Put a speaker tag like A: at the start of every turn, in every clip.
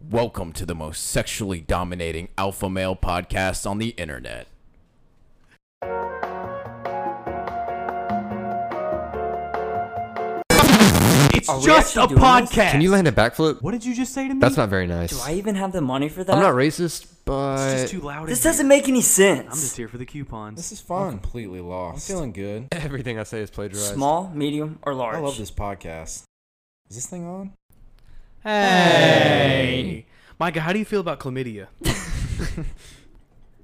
A: Welcome to the most sexually dominating alpha male podcast on the internet. It's
B: Are we
A: just a
B: actually doing
A: podcast.
B: this?
C: Can you land a backflip?
D: What did you just say to me?
C: That's not very nice.
B: Do I even have the money for that?
C: I'm not racist,
D: It's just
C: but
D: too loud. in
B: This
D: here.
B: doesn't make any
D: I'm just
B: sense.
D: here for the coupons.
E: This is fun. I'm completely lost. I'm feeling good.
C: everything I say is plagiarized.
B: Small, medium, or large.
E: I love this podcast. Is this thing on?
D: Hey, Micah, how do you feel about chlamydia?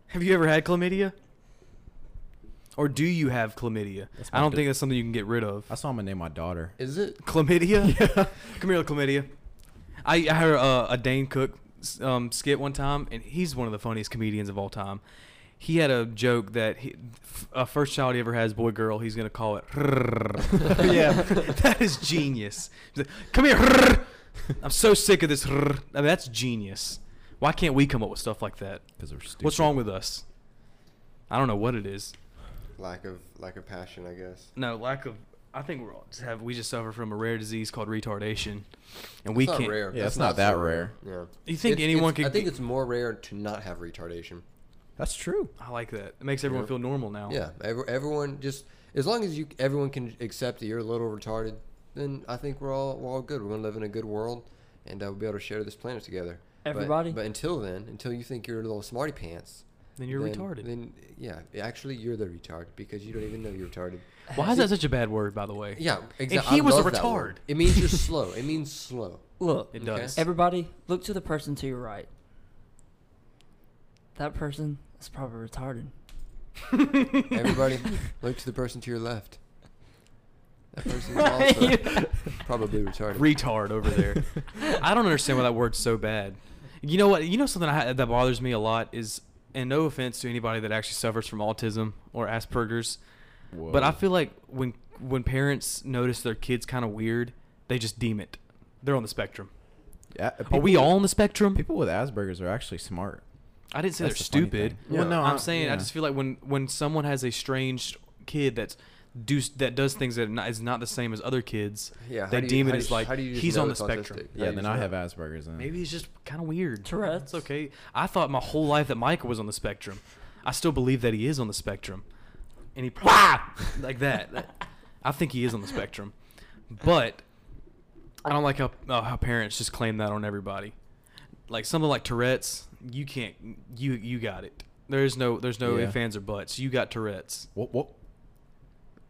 D: have you ever had chlamydia? Or do you have chlamydia? I don't think that's something you can get rid of.
A: That's what I'm gonna name my daughter.
C: Is it?
D: Chlamydia? Come here, chlamydia. I, I heard uh, a Dane Cook s- um, skit one time, and he's one of the funniest comedians of all time. He had a joke that he, f- uh, first child he ever has, boy girl, he's gonna call it. yeah, that is genius. He's like, Come here. I'm so sick of this. I mean, that's genius. Why can't we come up with stuff like that?
A: Because we're stupid.
D: What's wrong with us? I don't know what it is.
F: Lack of lack of passion, I guess.
D: No, lack of. I think we're all just have we just suffer from a rare disease called retardation, and we can't.
A: Yeah, it's not that rare.
F: Yeah.
D: You think anyone
F: it's,
D: could?
F: I think
D: get-
F: it's more rare to not have retardation.
A: That's true.
D: I like that. It makes everyone feel normal now.
F: Yeah. Every, everyone just as long as you everyone can accept that you're a little retarded, then I think we're all we're all good. We're gonna live in a good world, and uh, we'll be able to share this planet together. But-
B: Everybody?
F: But, until then, until you think you're a little smarty pants.
D: Then you're
F: then-
D: retarded.
F: Then yeah, actually you're the retard because you don't even know you're retarded.
D: Why is that such a bad word, by the way?
F: Yeah, exactly.
D: And he was a retard.
F: It means you're slow. It means slow.
B: Look,
D: It does.
B: everybody, look to the person to your right. That person is probably retarded.
F: Everybody, look to the person to your left. That person is also probably retarded.
D: Retard over there. I don't understand why that word's so bad. You know what? You know something I, ha- that bothers me a lot is, and no offense to anybody that actually suffers from autism or Asperger's, but I feel like when when parents notice their kids kind of weird, they just deem it. They're on the spectrum.
A: Yeah,
D: Are we all on the spectrum?
A: People with Asperger's are actually smart.
D: I didn't say
A: That's
D: they're
A: the funny
D: stupid.
A: thing. Well, no,
D: I'm
A: I-
D: saying I
A: yeah.
D: just feel like when when someone has a strange kid that's do that does things that are not, is not the same as other kids,
F: Yeah, how
D: they
F: do you-
D: deem it
F: how do
D: as
F: you-
D: like
F: how do you just
D: he's
F: know
D: on the
F: it's
D: spectrum.
F: autistic?
A: Yeah,
F: How
A: then
F: do you just
A: I
F: know?
A: have Asperger's. And
D: Maybe he's just kind of weird.
B: Tourette's.
D: It's okay. I thought my whole life that Micah was on the spectrum. I still believe that he is on the spectrum, and he probably like that. That- I think he is on the spectrum, but I don't like how uh, how parents just claim that on everybody. Like something like Tourette's, you can't you you got it. There's no there's no
A: Yeah.
D: ifs ands or buts. You got Tourette's.
A: What? What?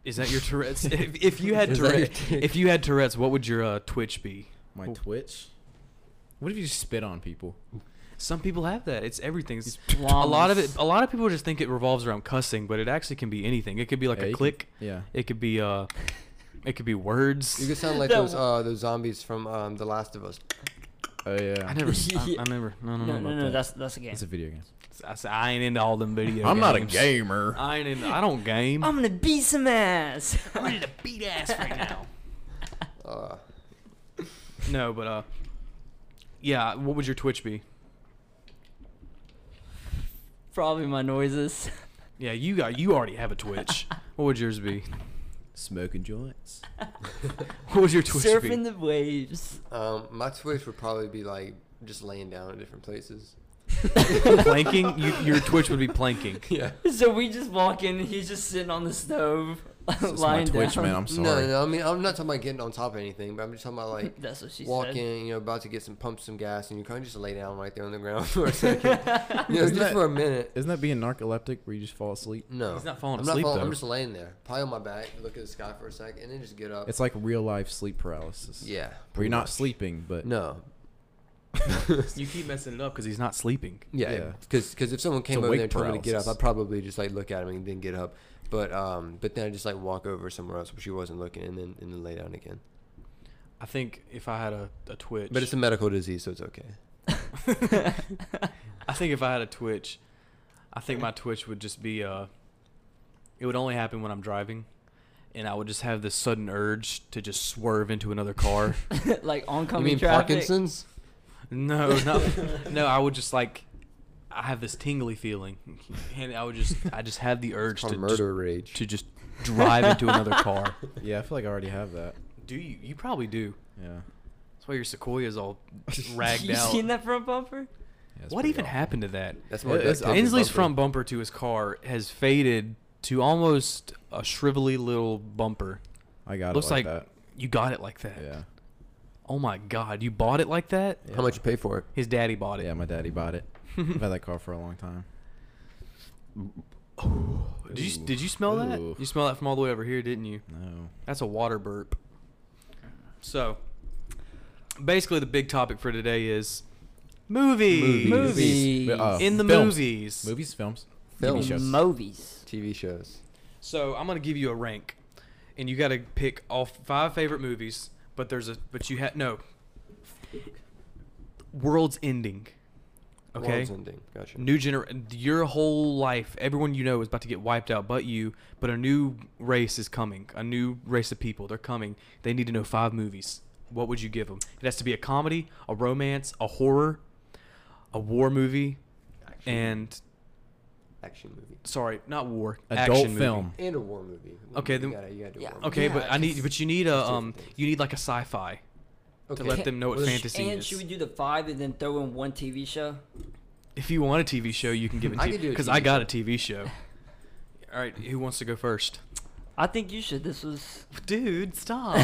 D: Is that your Tourette's? if, if you had
F: Is that your
D: Tourette's, if you had Tourette's, what would your uh, twitch be?
A: My Twitch. What if you just spit on people?
D: Some people have that. It's everything. It's
B: It's
D: a lot of it.
B: plums.
D: A lot of people just think it revolves around cussing, but it actually can be anything. It could be like
A: Yeah,
D: a
A: you can-
D: click.
A: yeah.
D: It could be uh, it could be
F: You
D: words.
F: could sound like
B: That
F: those
B: w-
F: uh, those zombies from um, The Last of Us.
A: Oh yeah.
D: I never. s- I,
B: Yeah.
D: I never. No, no,
B: No,
D: no.
B: no,
A: about
B: no,
A: that.
B: that's that's a game.
A: It's a video game.
D: I, s- I ain't into all them video.
A: I'm not a
D: games.
A: gamer.
D: I ain't. Into, I don't game.
B: I'm
F: Um,
B: gonna beat some ass.
D: ready to beat ass right now.
F: Uh,
D: No, but uh, yeah. What would your Twitch be?
B: probably my noises.
D: Yeah, you got. You already have a Twitch. what would yours be?
A: Smoking joints.
D: What would your Twitch
B: Surfing
D: be?
B: the waves.
F: um, my Twitch would probably be like just laying down in different places.
D: planking. You, your Twitch would be planking.
F: Yeah.
B: So we just walk in and he's just sitting on the stove,
A: It's my
B: lying
A: Twitch,
B: down.
A: man. I'm
F: No,
A: sorry.
F: no, no, I mean I'm not talking about getting on top of anything, but I'm just talking about like
B: That's what she
F: walk
B: said.
F: in, you know, about to get some pump some gas, and you kind of just lay down right there on the ground for a second. you know, just
A: that-
F: for a minute.
A: Isn't that being narcoleptic where you just fall asleep?
F: No,
D: He's not falling
F: I'm
D: asleep,
F: falling-
D: though.
F: I'm just laying there, probably on my back, look at the sky for a second, and then just get up.
A: It's like real life sleep paralysis.
F: yeah.
A: Where
F: pretty
A: you're not
F: much.
A: sleeping, but
F: No.
D: You keep messing it up because he's not sleeping.
F: Yeah,
A: Yeah.
F: because if someone came
A: a
F: over
A: wake
F: there and told me to get up,
A: paralysis.
F: I'd probably just like look at him and then get up. But um, but then I just like walk over somewhere else where she wasn't looking, and then and then lay down again.
D: I think if I had a, a Twitch,
F: But it's a medical disease, so it's okay.
D: I think if I had a Twitch, I think my Twitch would just be uh, it would only happen when I'm driving, and I would just have this sudden urge to just swerve into another car.
B: like oncoming
F: you mean
B: traffic.
F: Parkinson's?
D: no, not no. I would just like, I have this tingly feeling, and I would just I just have the urge
F: Called
D: to
F: murder rage.
D: just, to just drive into another car.
A: yeah, I feel like I already have that.
D: Do you? You probably do.
A: Yeah.
D: That's That's why your sequoia's all ragged
B: You
D: out.
B: seen that front bumper?
A: Yeah, it's
D: What
A: pretty
D: even
A: awful.
D: happened to that?
F: That's
A: Yeah,
F: more.
A: it's
F: duct tape than
D: Inslee's
F: bumper.
D: front bumper to his car has faded to almost a shrivelly little bumper.
A: I got
D: Looks
A: it like,
D: like, you got it like that.
A: that. Yeah.
D: Oh my god, you bought it like that?
A: yeah.
F: How much you pay for it?
D: His daddy bought it.
A: Yeah, my daddy bought it. I've had that car for a long time.
D: Did you did you smell
A: Ooh.
D: that? You smell that from all the way over here, didn't you?
A: No.
D: That's a water burp. So, basically, the big topic for today is movies.
B: Movies.
A: Uh,
D: In the
A: films.
D: movies.
A: Movies, films,
F: Films.
A: TV shows.
B: Movies.
F: TV shows.
D: So I'm gonna give you a rank, and you gotta pick all five favorite movies. But there's a but you had no. World's ending. Okay.
F: World's ending. Gotcha.
D: New gener your whole life, everyone you know is about to get wiped out, but you. But a new race is coming. A new race of people. They're coming. They need to know five movies. What would you give them? It has to be a comedy, a romance, a horror, a war movie,
F: Action.
D: and
F: action movie.
D: sorry, not war.
A: Adult
D: action movie.
A: film.
F: And a war movie.
D: Okay,
F: You
D: then-
F: gotta- you gotta do a
B: Yeah.
F: war
D: Okay,
B: Yeah,
D: but I need,
B: because
D: but you need a,
F: it's different
D: um,
F: things.
D: you need like a sci-fi.
F: movie.
D: to let them know what
F: Well,
D: fantasy
B: and
D: is.
B: should we do the five and then throw in one TV show?
D: If you want a TV show, you can give it.
F: I could do a
D: because
F: TV
D: I got a TV show. All right, who wants to go first?
B: I think you should. This was
D: Dude, stop!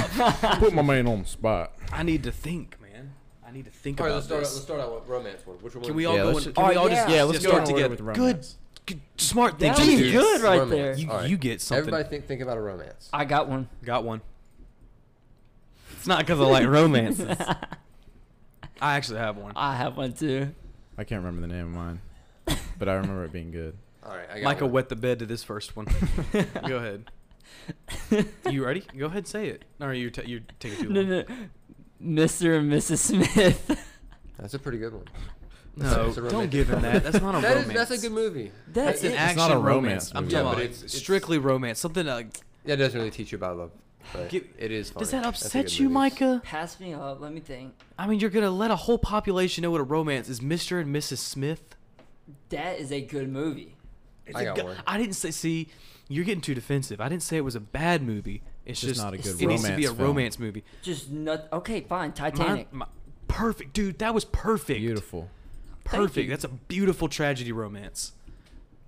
A: Put my man on the spot.
D: I need to think, man. I need to think
F: All right,
D: about
F: let's start. Out,
D: this.
F: let's start out with romance one. Which one?
D: Can
F: would
D: we
F: you
D: all
A: Yeah,
D: go?
A: let's ju-
D: in- can we
B: Oh,
D: all
B: yeah.
D: just
B: Yeah,
A: let's
D: just
A: go
D: start
A: in order
D: together?
A: with
D: good,
A: romance.
D: good, smart
B: that
D: thinking.
B: was
D: dude.
B: good right
F: Romance.
B: there.
D: You,
F: All right.
D: you get something.
F: Everybody think think about a romance.
B: I got one.
D: got one. It's not because I like romances. I actually have one.
B: I have one too.
A: I can't remember the name of mine, but I remember it being good.
F: all right, I got
D: Micah
F: one.
D: wet the bed to this first one. Go ahead. You ready? Go ahead, say it. No, you t- you take it too
B: no,
D: long.
B: no, Mr. and Mrs. Smith.
F: That's a pretty good one.
D: No,
F: It's a
D: don't
F: romantic
D: give him
F: comedy.
D: that. That's not a
F: That is-
D: romance.
F: that's a good movie.
B: That's
D: That's an
B: it.
D: action
A: It's not a
D: romance.
A: romance
D: I'm
A: movie.
D: talking
A: Yeah, but
D: about
F: it's- it's-
D: strictly romance. Something like
F: That doesn't really teach you about love, but
D: Give-
F: it is. Funny.
D: does that
F: That's a good
D: upset you,
F: movie.
D: Micah?
B: Pass me up. Let me think.
D: I mean, you're gonna let a whole population know what a romance is, Mr. and Mrs. Smith.
B: That is a good movie.
D: It's
F: I
D: a
F: got
D: go-
F: one.
D: I didn't say. See, you're getting too defensive. I didn't say it was a bad movie. It's
A: Just
D: just
A: not a good
D: It needs to
A: romance
D: be a
A: film.
D: romance movie.
B: Just not. Okay, fine.
D: Mine-
B: Titanic.
D: my- perfect, dude. That was perfect.
A: Beautiful.
B: Thank you.
D: Perfect. That's a beautiful tragedy romance.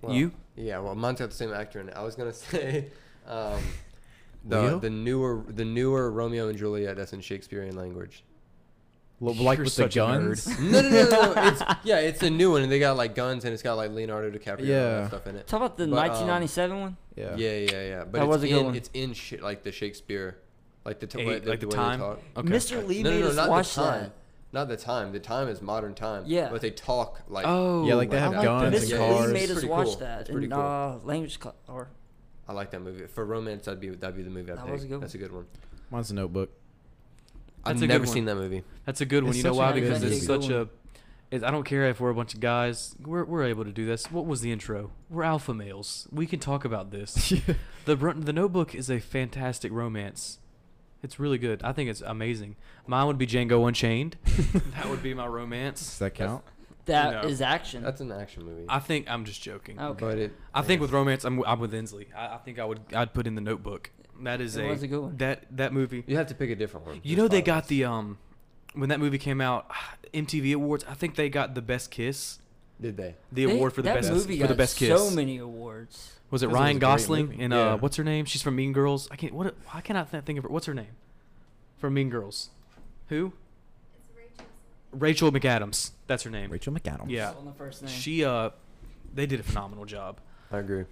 F: Well,
D: You?
F: Yeah, well, mine's got the same actor in it. I was gonna say, um, the
A: Leo?
F: the newer the newer Romeo and Juliet that's in Shakespearean language.
A: L- like
D: You're
A: with the
D: such a nerd.
A: guns.
F: No, no, no, no. no. It's, yeah, it's a new one, and they got like guns, and it's got like Leonardo DiCaprio and all
A: Yeah.
F: that stuff in it.
B: Talk about the
F: But, um,
D: uh,
B: 1997 one.
A: Yeah.
F: Yeah, yeah, yeah. But
B: That
F: it's
B: was a good
F: in,
B: one.
F: It's in shit like the Shakespeare, like the, t-
D: Hey,
F: way- the,
D: like
F: the
D: the
F: way
D: time?
F: they talk.
D: Okay.
B: Mr. Lee
F: no,
B: made
F: no, no,
B: us
F: not
B: watch
F: the time.
B: that.
F: Not the time. The time is modern time.
B: Yeah.
F: But they talk like.
D: Oh,
A: Yeah, like they
F: I
A: have
F: like that.
A: guns
F: This
A: and
B: Mr.
F: is-
A: cars.
B: Lee made us
F: Pretty
B: watch
F: cool.
B: that
F: It's pretty
B: in
F: cool.
B: uh, language club. Or
F: I like that movie. For romance, that'd be that'd be the movie. I'd
B: That
F: pick.
B: was a good
F: That's a good one.
A: Mine's a notebook.
F: I've
D: That's a good
F: never
D: one.
F: seen that movie.
D: That's a good one.
A: It's
D: You know
A: such
D: why?
A: an
D: Because it's
B: authentic
D: such
B: one.
D: a. It, I don't care if we're a bunch of guys. We're, we're able to do this. What was the intro? We're alpha males. We can talk about this. the Br- The Notebook is a fantastic romance. It's really good. I think it's amazing. Mine would be Django Unchained. that would be my
A: Does
D: romance.
A: that count?
B: that is
D: No.
B: action.
F: That's an action movie.
D: I think I'm just joking.
B: okay.
F: But it.
D: I think with romance, I'm, I'm with Inslee. I, I think I would I'd put in The Notebook. That is
B: It was a good one.
D: That that movie.
F: You have to pick a different one.
D: You
F: There's
D: know they
F: five
D: got
F: of us.
D: the um when that movie came out, MTV Awards. I think they got the best kiss,
F: Did they?
D: the
B: They-
D: award for the
B: that
D: best
B: movie
D: for the
B: got
D: best kiss.
B: So many awards.
D: Was it
A: That was a
D: Ryan
A: great
D: Gosling
A: movie.
D: and
A: Yeah.
D: uh what's her name? She's from Mean Girls. I can't what I cannot th- think of her. What's her name? From Mean Girls. Who? Rachel McAdams. That's her name.
A: Rachel McAdams.
D: Yeah.
B: On the first name.
D: She uh they did a phenomenal job.
F: I agree.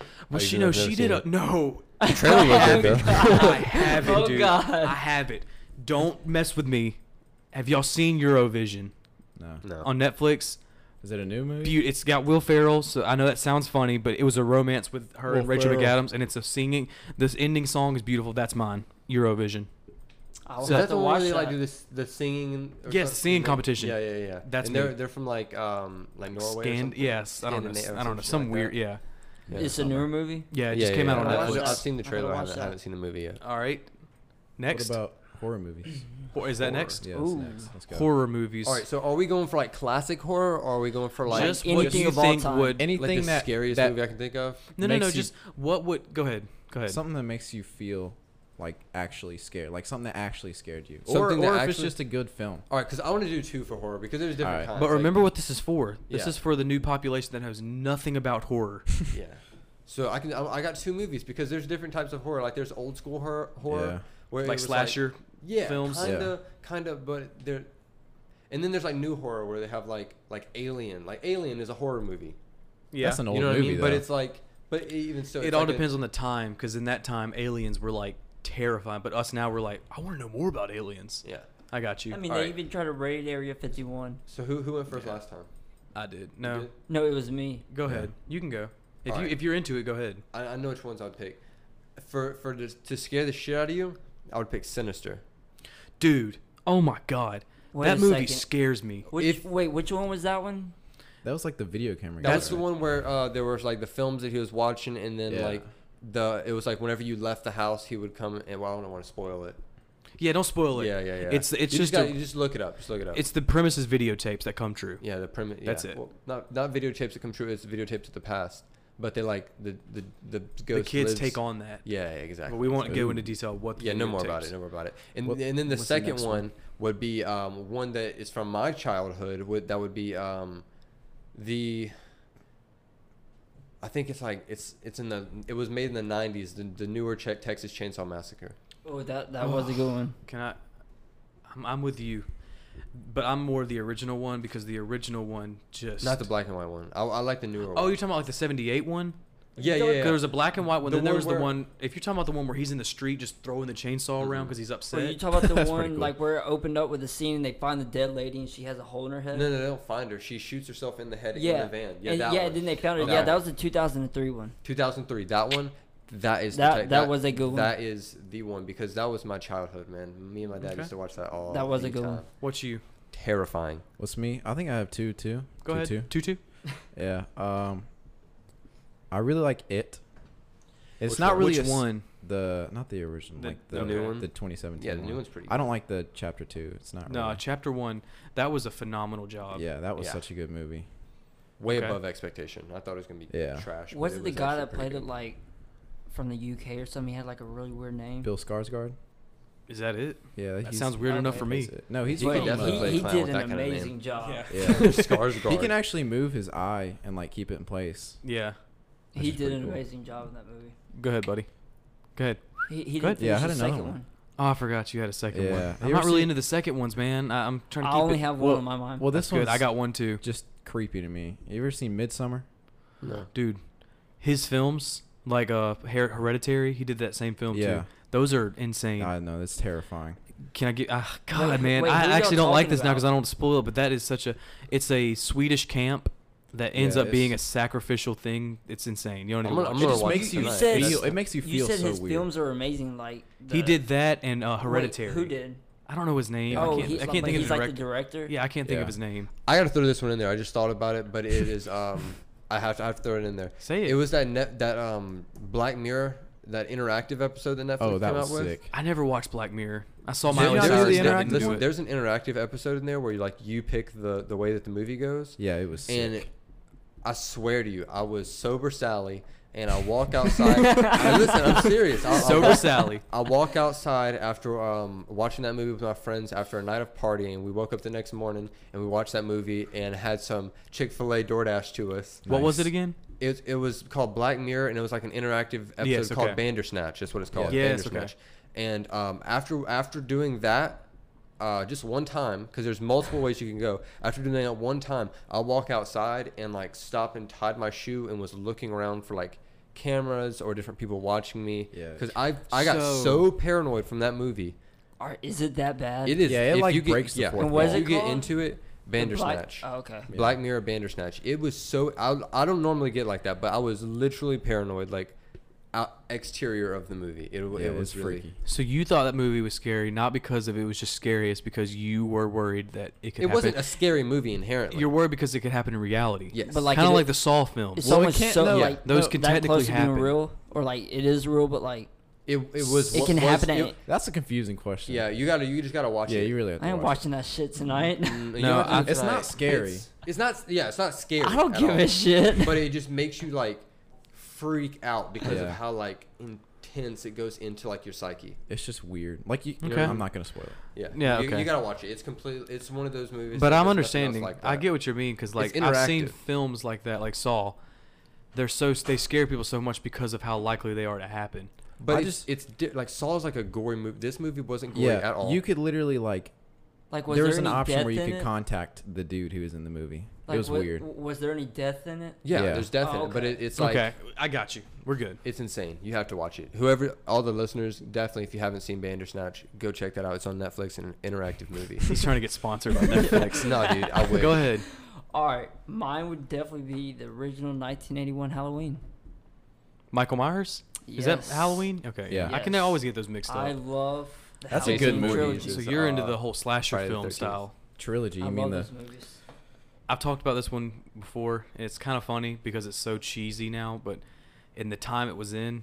F: Oh,
D: Well, she
F: even
D: no,
F: I've never
D: she
F: seen
D: did a
F: it.
D: no.
F: trailer
D: I
F: looked
D: have
F: good,
D: it.
F: though.
D: I have it,
B: Oh,
D: dude.
B: God.
D: I have it. Don't mess with me. Have y'all seen Eurovision
A: No.
F: No.
D: on Netflix?
A: Is it a new movie?
D: Beau- It's got Will Ferrell, so I know that sounds funny, but it was a romance with her and
A: Will
D: Rachel
A: Ferrell.
D: McAdams, and it's a singing. This ending song is beautiful. That's mine. Eurovision.
B: I'll
D: So
B: have
F: that's
B: to
F: the one
B: watch
F: where they like
B: that.
F: do this the singing. or
D: Yes,
F: something?
D: singing competition.
F: Yeah, yeah, yeah.
D: That's
F: and they're
D: me.
F: they're from like um like Norway. or
D: Scand.
F: something?
D: Yes, I don't know.
F: Scandinavia or
D: I don't know.
F: shit
D: Some
F: like that.
D: weird. Yeah.
F: Yeah,
B: it's a
F: something.
B: newer movie.
D: Yeah. It
F: Yeah,
D: just
F: yeah,
D: came out
F: yeah.
B: I
D: on
B: watched
D: Netflix.
B: that.
F: I've seen
B: I
F: the
B: gotta
F: trailer. I
B: watch
F: haven't, I
B: that.
F: haven't seen the movie yet.
D: All right. Next.
A: What about horror movies?
D: Hor- is that
F: horror?
D: next?
A: Yeah, that's
B: Ooh.
A: next. Let's go.
D: Horror movies.
F: All right, so are we going for like classic horror, or are we going for like
D: just
B: Like
D: what
B: anything
D: you
B: of all
D: think
B: time.
D: would
A: Anything
F: like the
A: that
F: scariest
A: that,
F: movie I can think of?
D: No, no,
A: makes
D: no.
A: you-
D: Just what would go ahead. Go ahead.
A: something that makes you feel like actually scared, like something that actually scared you,
F: Something
A: or,
F: that
A: or if it's
F: actually-
A: just a good film.
F: All right, because I want to do two for horror because there's different
A: All right.
F: kinds.
D: But
F: like-
D: remember what this is for. This
A: Yeah.
D: is for the new population that knows nothing about horror.
F: yeah. So I can I I got two movies because there's different types of horror. Like there's old school horror, horror
A: Yeah.
F: where it
D: like
F: was,
D: slasher.
F: yeah,
D: films.
A: Yeah.
F: kind of, kind of, but they're. And then there's like new horror where they have like like Alien. Like Alien is a horror movie.
D: yeah.
A: that's an old
F: you know what
A: movie
F: I mean?
A: though.
F: But it's like, but e, even so,
D: it
F: it's
D: all
F: like a-
D: depends on the time because in that time aliens were like terrifying but us now we're like i want to know more about aliens
F: yeah.
D: i got you
B: I mean,
F: All
B: they
F: right.
B: even tried to raid Area 51.
F: So who who went first last time?
D: i did
F: You
D: no
F: did?
B: No, it was me.
D: go
A: Yeah.
D: ahead you can go if
F: All
D: you
F: right.
D: if you're into it go ahead
F: I, I know which ones I'd pick. For for to, to scare the shit out of you, I would pick Sinister.
D: dude oh my god
B: Wait
D: that
B: a
D: movie
B: second.
D: scares me
B: Which,
F: If-
B: wait, which one was that one?
A: that was like the video camera.
F: That
A: guy,
F: was the
A: right?
F: one where uh, there was like the films that he was watching, and then
A: Yeah.
F: like the it was like whenever you left the house, he would come and well, I don't want to spoil it.
D: yeah don't spoil it
F: Yeah, yeah, yeah.
D: it's it's
F: you
D: just,
F: gotta-
D: a-
F: you just look it up. Just look it up.
D: it's the premises videotapes that come true
F: yeah, the premise. Yeah.
D: That's it.
F: Well, not not videotapes that come true. It's videotapes of the past, but they like the the the
D: the
F: ghost
D: kids
F: lives-
D: take on that
F: Yeah, exactly.
D: but we won't go
A: Ooh.
D: into detail what the
F: yeah, no more about
D: videotapes-
F: it. No more about it. And
A: What-
F: and then the
A: what's the
F: second
A: next
F: one,
A: one?
F: would be um, one that is from my childhood. Would that would be um, the. I think it's like it's it's in the it was made in the '90s. The, the newer Czech Texas Chainsaw Massacre.
B: Oh, that that was a good one.
D: Can I? I'm, I'm with you, but I'm more the original one because the original one just
F: Not the black and white one. I, I like the newer one.
D: Oh, you're talking about like the '78 one?
F: yeah, yeah, yeah.
D: There was a black and white one.
F: The
D: then there
F: one
D: was
F: where-
D: the one. If you're talking about the one where he's in the street just throwing the chainsaw around because he's upset.
B: Well, Mm-hmm. you talk about the
A: That's pretty
B: one
A: cool.
B: like where it opened up with the scene and they find the dead lady and she has a hole in her
F: no,
B: head.
F: no, they don't find her. She shoots herself in the head
B: yeah,
F: in the van. Yeah,
B: and,
F: that
B: yeah.
F: one.
B: Then they found her.
F: Okay.
B: Yeah, that was the 2003 one.
F: 2003. That one. That is the
B: That-
F: tech-
B: that was a good one.
F: That is the one because that was my childhood, man. Me and my dad
D: Okay.
F: used to watch that all.
B: That was a
F: the
B: good one.
F: time.
D: what you?
F: Terrifying.
A: What's me? I think I have two, two.
D: Go
A: Two,
D: ahead.
A: Two.
D: Two two.
A: Yeah. Um, I really like it. It's
F: Which
A: not
F: one?
A: really
D: Which
A: a s-
D: one?
A: The not the original,
D: The-
A: like
D: the
A: the,
F: new one?
A: the 2017.
F: Yeah, the new one's pretty
A: I don't like the chapter two. It's not.
D: No,
A: really.
D: chapter one. That was a phenomenal job.
A: yeah, that was
F: yeah.
A: such a good movie.
F: Way
D: Okay.
F: above expectation. I thought it was gonna be
A: Yeah.
F: trash. but
B: Was it the guy
F: actually
B: that
F: pretty
B: played it
F: good.
B: like from the UK or something? He had like a really weird
D: Mm.
B: name.
A: Bill Skarsgård.
D: Is that it?
A: Yeah,
D: That
A: he's-
D: sounds weird
B: Okay.
D: enough for me.
A: plays it. No, he's
F: He could
A: from,
F: definitely
A: uh,
F: play
B: he, he
F: clown
B: did
F: with
B: an
F: that kind of name.
B: amazing job.
D: Yeah.
A: Yeah.
F: Skarsgård?
A: he can actually move his eye and like keep it in place.
D: Yeah.
A: Which
B: He
A: is
B: did
A: pretty
B: an
A: cool.
B: amazing job in that movie.
D: Go ahead, buddy. Go ahead.
B: He, he
D: Good.
B: did
A: Yeah, I had
B: the
A: another
B: second
A: one.
B: one.
D: Oh, I forgot you had a second
A: Yeah.
D: one.
A: Have
D: I'm
A: you
D: not
A: ever
D: really
A: seen-
D: into the second ones, man. I, I'm trying to
B: I
D: keep
B: only
D: it.
B: have one
A: Well-
B: in my mind.
A: Well,
D: That's
A: this
D: good.
A: one's
D: I got one too.
A: just creepy to me. You ever seen Midsummer?
F: No.
D: dude his films like uh Her- hereditary he did that same film
A: Yeah.
D: too those are insane
A: I know that's terrifying.
D: can i get uh, god
B: Wait,
D: man
B: wait, who
D: i
B: y'all
D: actually don't like
B: talking
D: this now because i
B: about?
D: don't spoil it but that is such a it's a swedish camp that ends
A: Yeah,
D: up being a
A: it's-
D: sacrificial thing it's insane you don't
F: I'm
D: even
F: gonna-
A: It
D: watch it.
F: I'm gonna
A: just
F: watch
A: makes
F: it
A: you
F: tonight.
B: said-
A: feel. It makes you
B: you
A: feel
B: said
A: so
B: his
A: weird.
B: films are amazing. Like
D: he
B: the-
D: did that and uh
B: wait,
D: hereditary
B: who did?
D: i don't know his name
B: oh,
D: i can't,
B: he's,
D: I
B: like-
D: can't
B: but
D: think of
B: he's
D: the
B: like the
D: director
B: director.
D: yeah i can't think
A: Yeah.
D: of his name
F: I gotta throw this one in there. I just thought about it, but it is um I have to I have to throw it in there.
D: Say it.
F: It was that net that um Black Mirror that interactive episode that Netflix
A: Oh, that
F: came
A: was
F: out with.
A: sick.
D: i never watched black mirror i saw
A: Did
D: miley
A: you not
D: cyrus
A: really
D: and I didn't
A: interact
D: do
F: Listen,
A: with
D: it.
F: there's an interactive episode in there where you like you pick the the way that the movie goes.
A: Yeah, it was.
F: and
A: sick.
F: I swear to you, I was sober Sally, and I walk outside. I- listen, I'm serious. I, I
D: Sober
F: walk-
D: Sally.
F: I walk outside after um, watching that movie with my friends after a night of partying. We woke up the next morning and we watched that movie and had some Chick Fil A DoorDash to us.
D: what was
A: Nice.
D: it again
F: It, it was called Black Mirror, and it was like an interactive episode
D: Yes,
F: called
D: okay.
F: Bandersnatch. That's what it's called.
D: Yeah. Yes, okay.
F: Bandersnatch. And um, after after doing that, uh, just one time, because there's multiple ways you can go. After doing that one time, I walk outside and like stop and tied my shoe and was looking around for like cameras or different people watching me.
A: Yeah.
F: Because I I got
D: So-
F: so, paranoid from that movie.
B: Or is it that bad?
F: It is.
A: Yeah, it,
F: if
A: like,
F: you get-
A: breaks the
F: yeah,
A: fourth
B: And what is
F: if
B: it
F: you get
B: called?
F: into it,
B: The Black-
F: Bandersnatch.
B: Oh, okay.
F: Black Mirror Bandersnatch. It was so I, I don't normally get like that, but I was literally paranoid like out, exterior of the movie. It, w
A: yeah,
F: it was
A: it's
F: really
A: freaky.
D: So you thought that movie was scary, not because of it was just scary, it's because you were worried that it could
F: It
D: happen.
F: wasn't a scary movie inherently.
D: You're worried because it could happen in reality.
F: yes.
B: But,
D: Like
B: Like,
D: kind of
B: it-
D: like the Saw film.
B: It's
A: Well, we
B: almost
A: can't
B: so
A: know-
B: like
D: Those
B: no,
D: could
B: that
D: technically
B: close to being
D: happen.
B: real, or like it is real, but like
F: it, it was
B: it
F: what
B: can
F: was-
B: happen. At,
F: it-
B: any-
A: That's a confusing question.
F: Yeah, you got to you just got to watch
A: Yeah,
F: it.
A: you really have to
B: I ain't
A: watch it.
B: watching that shit tonight.
F: Mm, you
D: No,
F: don't have to
A: it's
F: tonight.
A: not scary.
F: It's, it's not yeah, it's not scary.
B: I don't
F: at
B: give
F: all.
B: a shit.
F: But it just makes you like freak out because of
A: Yeah.
F: how like in, tense it goes into like your psyche.
A: It's just weird. Like you,
D: Okay.
A: I'm not gonna spoil it.
F: Yeah.
D: Yeah,
F: You, you
D: okay.
F: gotta watch it. It's completely. It's one of those movies.
D: But I'm
F: that there's nothing else
D: understanding.
F: like
D: I
F: that.
D: get what you mean because like
F: It's
D: I've seen
F: interactive.
D: films like that, like Saw. They're so they scare people so much because of how likely they are to happen.
F: But
A: I
F: it's,
A: just-
F: it's di- like Saw's like a gory movie. This movie wasn't gory at all.
A: you could literally like.
B: Like, was
A: There
B: there
A: was an
B: any
A: option
B: death
A: where you
B: in
A: could
B: it?
A: contact the dude who was in the movie.
B: Like,
A: it was
B: wa-
A: weird.
B: w- Was there any death in it?
F: yeah,
A: Yeah.
F: There's death
B: Oh,
F: in it, but
B: okay.
F: it, it's like
D: okay, I got you. We're good.
F: it's insane. You have to watch it. Whoever, all the listeners, definitely if you haven't seen Bandersnatch, go check that out. It's on Netflix and an interactive movie.
D: He's trying to get sponsored by Netflix.
F: no, dude, I would.
D: Go ahead.
B: All right, mine would definitely be the original 1981 Halloween.
D: Michael Myers? Is that
B: Yes.
D: Halloween? Okay. Yeah.
A: Yeah.
D: I can
B: Yes.
D: always get those mixed up.
B: I love. The
A: That's a
B: Halloween
A: good movie.
B: Trilogy.
D: so
F: It's,
D: you're into
F: uh,
D: the whole slasher
F: Friday the
D: film
F: 13th.
D: style.
A: Trilogy. You
B: I love
A: mean the?
B: those movies.
D: I've talked about this one before, and it's kind of funny because it's so cheesy now, but in the time it was in,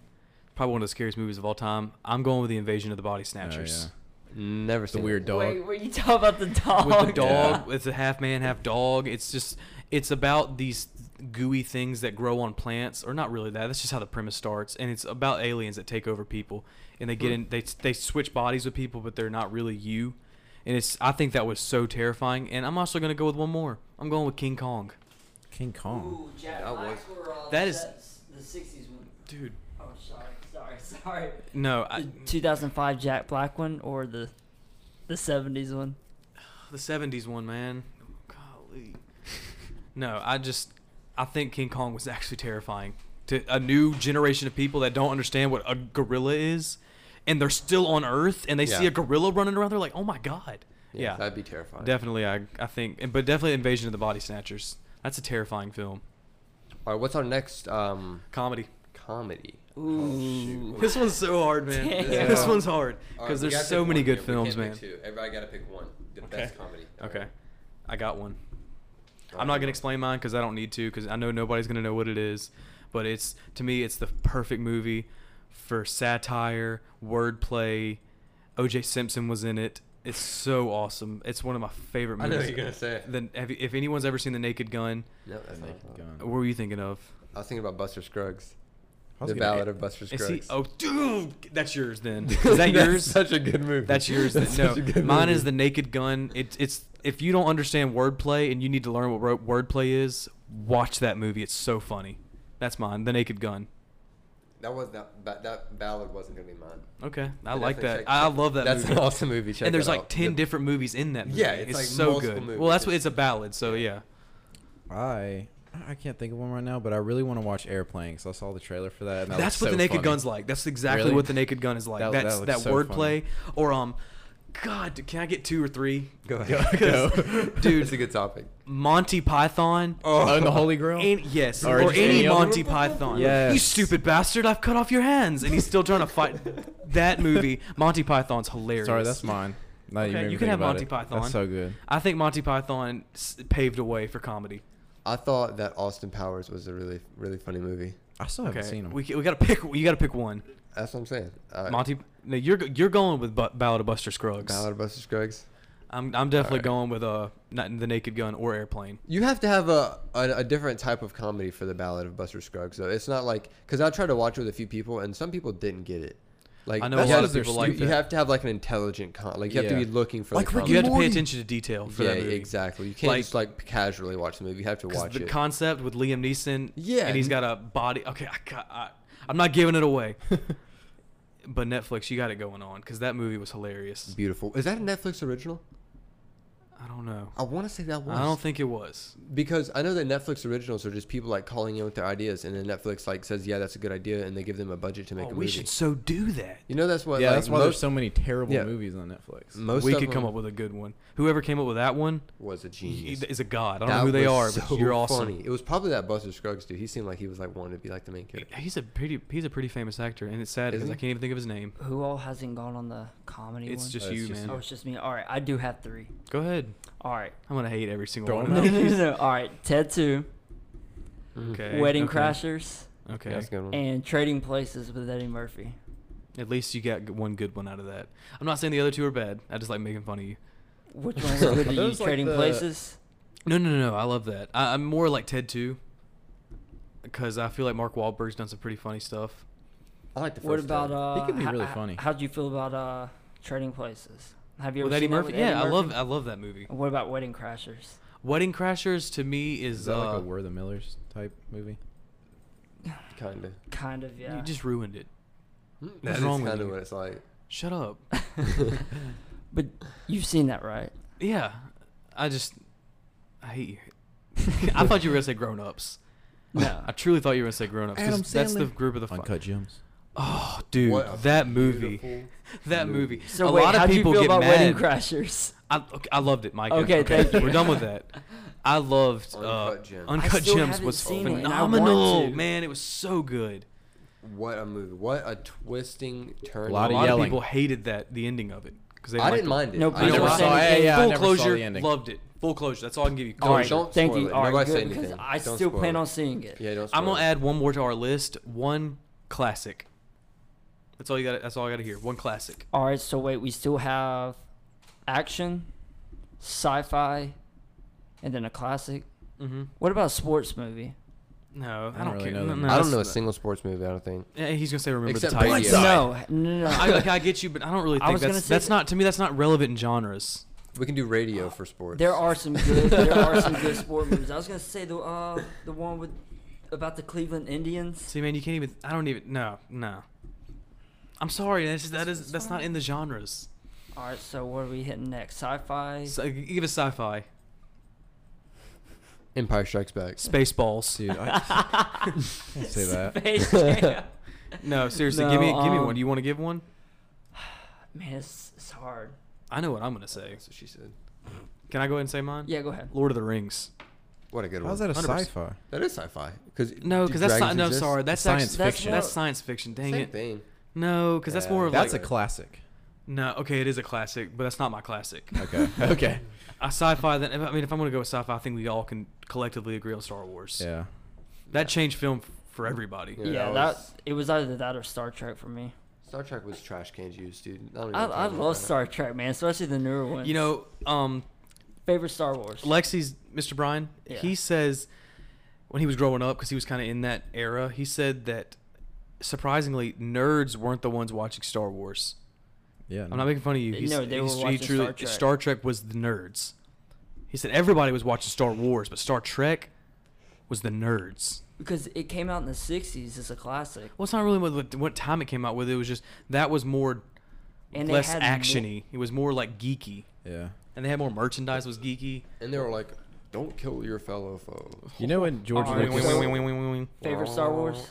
D: probably one of the scariest movies of all time. I'm going with the Invasion of the Body
F: Oh,
D: Snatchers.
F: Never
A: The
F: seen
A: weird dog.
B: Wait, were you talking about the dog?
D: With the dog, it's a half man, half dog. It's just, it's about these gooey things that grow on plants, or not really that. That's just how the premise starts, and it's about aliens that take over people, and they get in, they they switch bodies with people, but they're not really you. And it's, I think that was so terrifying. And I'm also gonna go with one more. I'm going with King Kong.
A: King Kong.
B: Ooh, Jack
F: That was-
B: Black
D: That is-
B: that's the 60s one.
D: Dude,
B: Oh, sorry, sorry, sorry.
D: no, I,
B: The 2005 Jack Black one or the the 70s one?
D: The seventies one, man. Golly. No, I just I think King Kong was actually terrifying to a new generation of people that don't understand what a gorilla is, and they're still on Earth and they see
F: Yeah.
D: a gorilla running around. They're like, oh my god.
F: Yeah,
D: Yeah,
F: that'd be terrifying.
D: definitely. I I think, and- but definitely Invasion of the Body Snatchers. That's a terrifying film.
F: All right, what's our next um,
D: Comedy.
F: comedy? Oh,
B: Ooh.
D: This one's so hard, man.
B: Damn.
D: This one's hard
F: All right,
D: because
F: we
D: there's
F: gotta
D: so
F: pick
D: many
F: one
D: good
F: here. We
D: films,
F: can't
D: man.
F: pick two. Everybody got to pick one. The best comedy.
D: Okay. I got one. I'm not gonna explain mine because I don't need to because I know nobody's gonna know what it is, but it's to me it's the perfect movie for satire, wordplay. O.J. Simpson was in it. It's so awesome. It's one of my favorite
F: I
D: movies.
F: know what you're gonna say.
D: Then have you, if anyone's ever seen The Naked Gun,
F: No,
A: The
F: that's not.
A: Naked
F: what I thought.
A: Gun.
D: what were you thinking of?
F: I was thinking about Buster Scruggs.
A: I was
F: The
A: gonna-
F: Ballad of Buster
D: Is he,
F: Scruggs.
D: oh, dude, that's yours then. Is that yours?
F: Such a good movie.
D: That's yours.
F: That's
D: no,
F: such a good
D: mine
F: movie.
D: is the Naked Gun. It's it's if you don't understand wordplay and you need to learn what ro- wordplay is, watch that movie. It's so funny. That's mine. The Naked Gun.
F: That was that. That, that ballad wasn't gonna be mine.
D: Okay, I
F: But
D: like
F: definitely
D: that.
F: check-
D: I
F: check-
D: love that.
F: That's
D: movie.
F: an awesome movie. Check
D: and there's
F: that
D: like
F: out.
D: ten
F: The-
D: different movies in that movie.
F: Yeah, it's like
D: so
F: multiple
D: good.
F: movies.
D: Well, that's what
F: It's-
D: it's a ballad. So yeah,
A: I I can't think of one right now, but I really want to watch Airplane because I saw the trailer for that. And that looks
D: that's what
A: so
D: the Naked
A: funny.
D: Gun's like. That's exactly
A: Really?
D: what the Naked Gun is like.
A: That- that
D: that's that,
A: looks so
D: wordplay or um, God, can I get two or three?
F: Go ahead.
D: Go. Mm.
F: Dude, it's a good topic.
D: Monty Python.
A: Oh, and the Holy Grail.
D: Any, yes,
A: Or
D: or,
A: just
D: any
A: any other-
D: Monty Python.
A: Yes.
D: You stupid bastard! I've cut off your hands, and he's still trying to fight. That movie, Monty Python's hilarious.
A: Sorry, that's mine. Now
D: Okay,
A: made me
D: you can
A: think
D: have
A: about
D: Monty
A: it.
D: Python.
A: That's so good.
D: I think Monty Python s- paved the way for comedy.
F: I thought that Austin Powers was a really, really funny movie.
A: I still haven't
D: Okay,
A: seen them.
D: we we gotta pick. You gotta pick one.
F: That's what I'm saying. Uh,
D: Monty. No, you're go- you're going with Bu- Ballad of Buster Scruggs.
F: Ballad of Buster Scruggs.
D: I'm I'm definitely
A: Alright.
D: going with uh not the Naked Gun or Airplane.
F: You have to have a, a a different type of comedy for the Ballad of Buster Scruggs, though. It's not like because I tried to watch it with a few people, and some people didn't get it. Like
D: I know
A: a
F: you
A: lot
F: have
A: of
F: to-
A: people
F: you-
A: like
F: You
A: that.
F: have to have like an intelligent con. Like you have
A: Yeah.
F: to be looking for
A: Like
F: the
A: Ricky
F: comedy.
D: You have to pay
A: Morty.
D: attention to detail for
F: yeah,
D: that movie.
F: exactly. You can't
D: Like-
F: just like casually watch the movie. You have to
D: 'Cause
F: watch
D: the
F: it.
D: concept with Liam Neeson.
F: Yeah,
D: and he's
F: n-
D: got a body. Okay, I, ca- I I'm not giving it away. but Netflix, you got it going on because that movie was hilarious.
F: Beautiful. Is that a Netflix original?
D: I don't know.
F: I want to say that Oh, was.
D: I don't think it was.
F: because I know that Netflix originals are just people like calling in with their ideas, and then Netflix like says, "Yeah, that's a good idea," and they give them a budget to make
D: Oh,
F: a
D: we
F: movie.
D: should so do that.
F: You know that's what.
A: yeah,
F: like,
A: that's why there's
F: most,
A: so many terrible
F: yeah.
A: movies on Netflix.
F: most
D: we
F: of
D: could come
F: them
D: up with a good one. Whoever came up with that one
F: was a
D: y-
F: genius.
D: is a god. I don't know
F: That
D: who they are,
F: was so
D: but you're awesome.
F: funny. It was probably that Buster Scruggs dude. He seemed like he was like wanting to be like the main character.
D: He's a pretty he's a pretty famous actor, and it's sad
F: Is
D: because I
F: he?
D: can't even think of his name.
B: Who all hasn't gone on the comedy
D: It's
B: one?
D: just
A: Oh, it's
D: you,
A: just
D: man.
B: Oh, it's just me. All right, I do have three.
D: Go ahead.
B: All right.
D: I'm gonna hate every single
A: Throw
D: one.
A: him
D: of
A: out.
D: them.
B: all right, Tattoo,
D: okay.
B: Wedding
D: okay,
B: Crashers,
D: Okay.
F: Mhm. That's a good one.
B: and Trading Places with Eddie Murphy.
D: At least you got g- one good one out of that. I'm not saying the other two are bad. I just like making fun of you.
B: Which one was good to you?
A: Those, like,
B: Trading
A: the-
B: Places.
D: No, no, no. I love that. I, I'm more like Ted too, because I feel like Mark Wahlberg's done some pretty funny stuff.
F: I like the first.
B: What about
F: Ted.
B: uh?
A: He could be
B: ho-
A: really
B: ho-
A: funny.
B: How'd you feel about uh, Trading Places? Have you ever
D: with
B: seen
D: Eddie
B: that
D: Murphy?
B: with
D: yeah,
B: Eddie
D: I love
B: Murphy?
D: I love that movie.
B: And What about Wedding Crashers?
D: Wedding Crashers to me is,
A: Is that like
D: uh,
A: a We're the Millers type movie?
F: kinda?
B: Kind of, yeah.
D: you just ruined it.
F: That's
D: wrong with
F: kind of
D: you?
F: what it's like.
D: Shut up.
B: but you've seen that, right?
D: yeah, I just I hate you. I thought you were gonna say grown ups.
B: No.
D: I truly thought you were gonna say grown ups.
A: Adam
D: That's the
A: Sandler.
D: group of the fi-
A: Uncut Gems.
D: Oh, dude,
F: What a
D: that movie.
F: beautiful
D: That movie.
B: So
D: a
B: wait,
D: lot of
B: how'd
D: people
B: you feel
D: get
B: about
D: mad.
B: Wedding Crashers?
D: I, okay, I loved it, Mike.
B: Okay, thank you.
D: We're done with that. I loved uh,
F: Uncut Gems. I
D: Uncut
B: still
D: Gems
B: haven't
D: was
B: seen it, and I want
D: phenomenal,
B: to.
D: man. It was so good.
F: What a movie! What a twisting turn.
A: A lot
D: A
A: of
D: lot
A: yelling.
D: of people hated that the ending of it because
F: I didn't mind it.
B: No,
F: I
B: I
D: You know
B: never
D: why?
B: saw it. Yeah,
D: Full
A: yeah, I never saw
D: closure,
A: the ending.
D: loved it. Full closure. That's all I can give you.
F: All right,
D: Closure.
F: don't
B: Thank
F: spoil
B: you.
F: it.
B: All right,
F: Nobody say
B: good, because
F: anything.
B: I
F: Don't
B: still
F: spoil
B: plan
F: it.
B: on seeing it.
F: Yeah, don't.
D: I'm gonna
F: spoil it.
D: add one more to our list. One classic. That's all you got. That's all I got to hear. One classic.
B: All right, so wait, we still have action, sci-fi, and then a classic.
D: Mm-hmm.
B: What about a sports movie?
D: No,
A: don't
D: I don't
A: really
D: care.
A: know
D: No,
A: them.
D: no,
F: I don't
D: that's-
F: know a single sports movie. I don't think.
D: Yeah, Eh, he's gonna say remember
F: Except
D: the Titans.
F: Radio.
B: No, no, no.
D: I, like, I get you, but I don't really
B: I
D: think
B: was gonna
D: that's
B: say
D: that's
B: that-
D: not to me. That's not relevant in genres.
F: We can do radio for sports.
B: there are some good. there are some good sport movies. I was gonna say the uh the one with about the Cleveland Indians.
D: See, man, you can't even. I don't even. No, no. I'm sorry. That's that is that's not in the genres.
B: All right, so what are we hitting next? Sci-fi.
D: So, you give us sci-fi,
F: Empire Strikes Back.
D: Spaceballs.
A: Dude, I can't say that.
B: Space Jam.
D: No, seriously,
B: No,
D: give me give me
B: um,
D: one. Do you want to give one?
B: Man, it's, it's hard.
D: I know what I'm gonna say.
F: That's what she said.
D: Can I go ahead and say mine?
B: Yeah, go ahead.
D: Lord of the Rings.
F: What a good one.
A: How's that a
D: 100%.
A: sci-fi?
F: That is sci-fi. Cause
D: No,
F: do
D: because that's
F: dragons
D: not. No,
F: exist?
D: sorry, that's
A: Science
D: actually,
B: fiction.
D: That's science fiction. Dang
F: Same
D: it.
F: thing.
D: No, because that's
F: Yeah.
D: more of
A: That's
D: like.
A: a classic.
D: no, okay, it is a classic, but that's not my classic.
A: Okay. Okay.
D: A sci-fi. Then I mean, if I'm gonna go with sci-fi, I think we all can collectively agree on Star Wars.
A: Yeah.
D: That changed film f- for everybody.
F: Yeah,
B: Yeah,
F: that
B: that
F: was-
B: it was either that or Star Trek for me.
F: Star Trek was trash cans used, dude. I, don't even
B: I,
F: have time
B: I
F: to
B: love
F: talk
B: Star Trek, man, especially the newer ones.
D: You know, um,
B: favorite Star Wars.
D: Lexi's Mr. Bryan.
B: Yeah.
D: He says when he was growing up, because he was kind of in that era, he said that surprisingly, nerds weren't the ones watching Star Wars.
A: Yeah.
D: I'm not making fun of you.
B: Uh,
D: He's,
B: no, they
D: he's-
B: were
D: he
B: watching
D: truly-
B: Star Trek.
D: was the nerds. He said everybody was watching Star Wars, but Star Trek was the nerds.
B: because it came out in the '60s. It's a classic,
D: Well, it's not really what, what- what time it came out with. It was just that was more
B: and they
D: less
B: had
D: actiony. It was more like geeky,
A: yeah.
D: and they had more merchandise. Was geeky.
F: And they were like, "Don't kill your fellow foe."
A: You know when George
D: Oh,
B: All right.
A: Lucas?
B: Wait, wait,
D: You
B: More favorite Star Wars.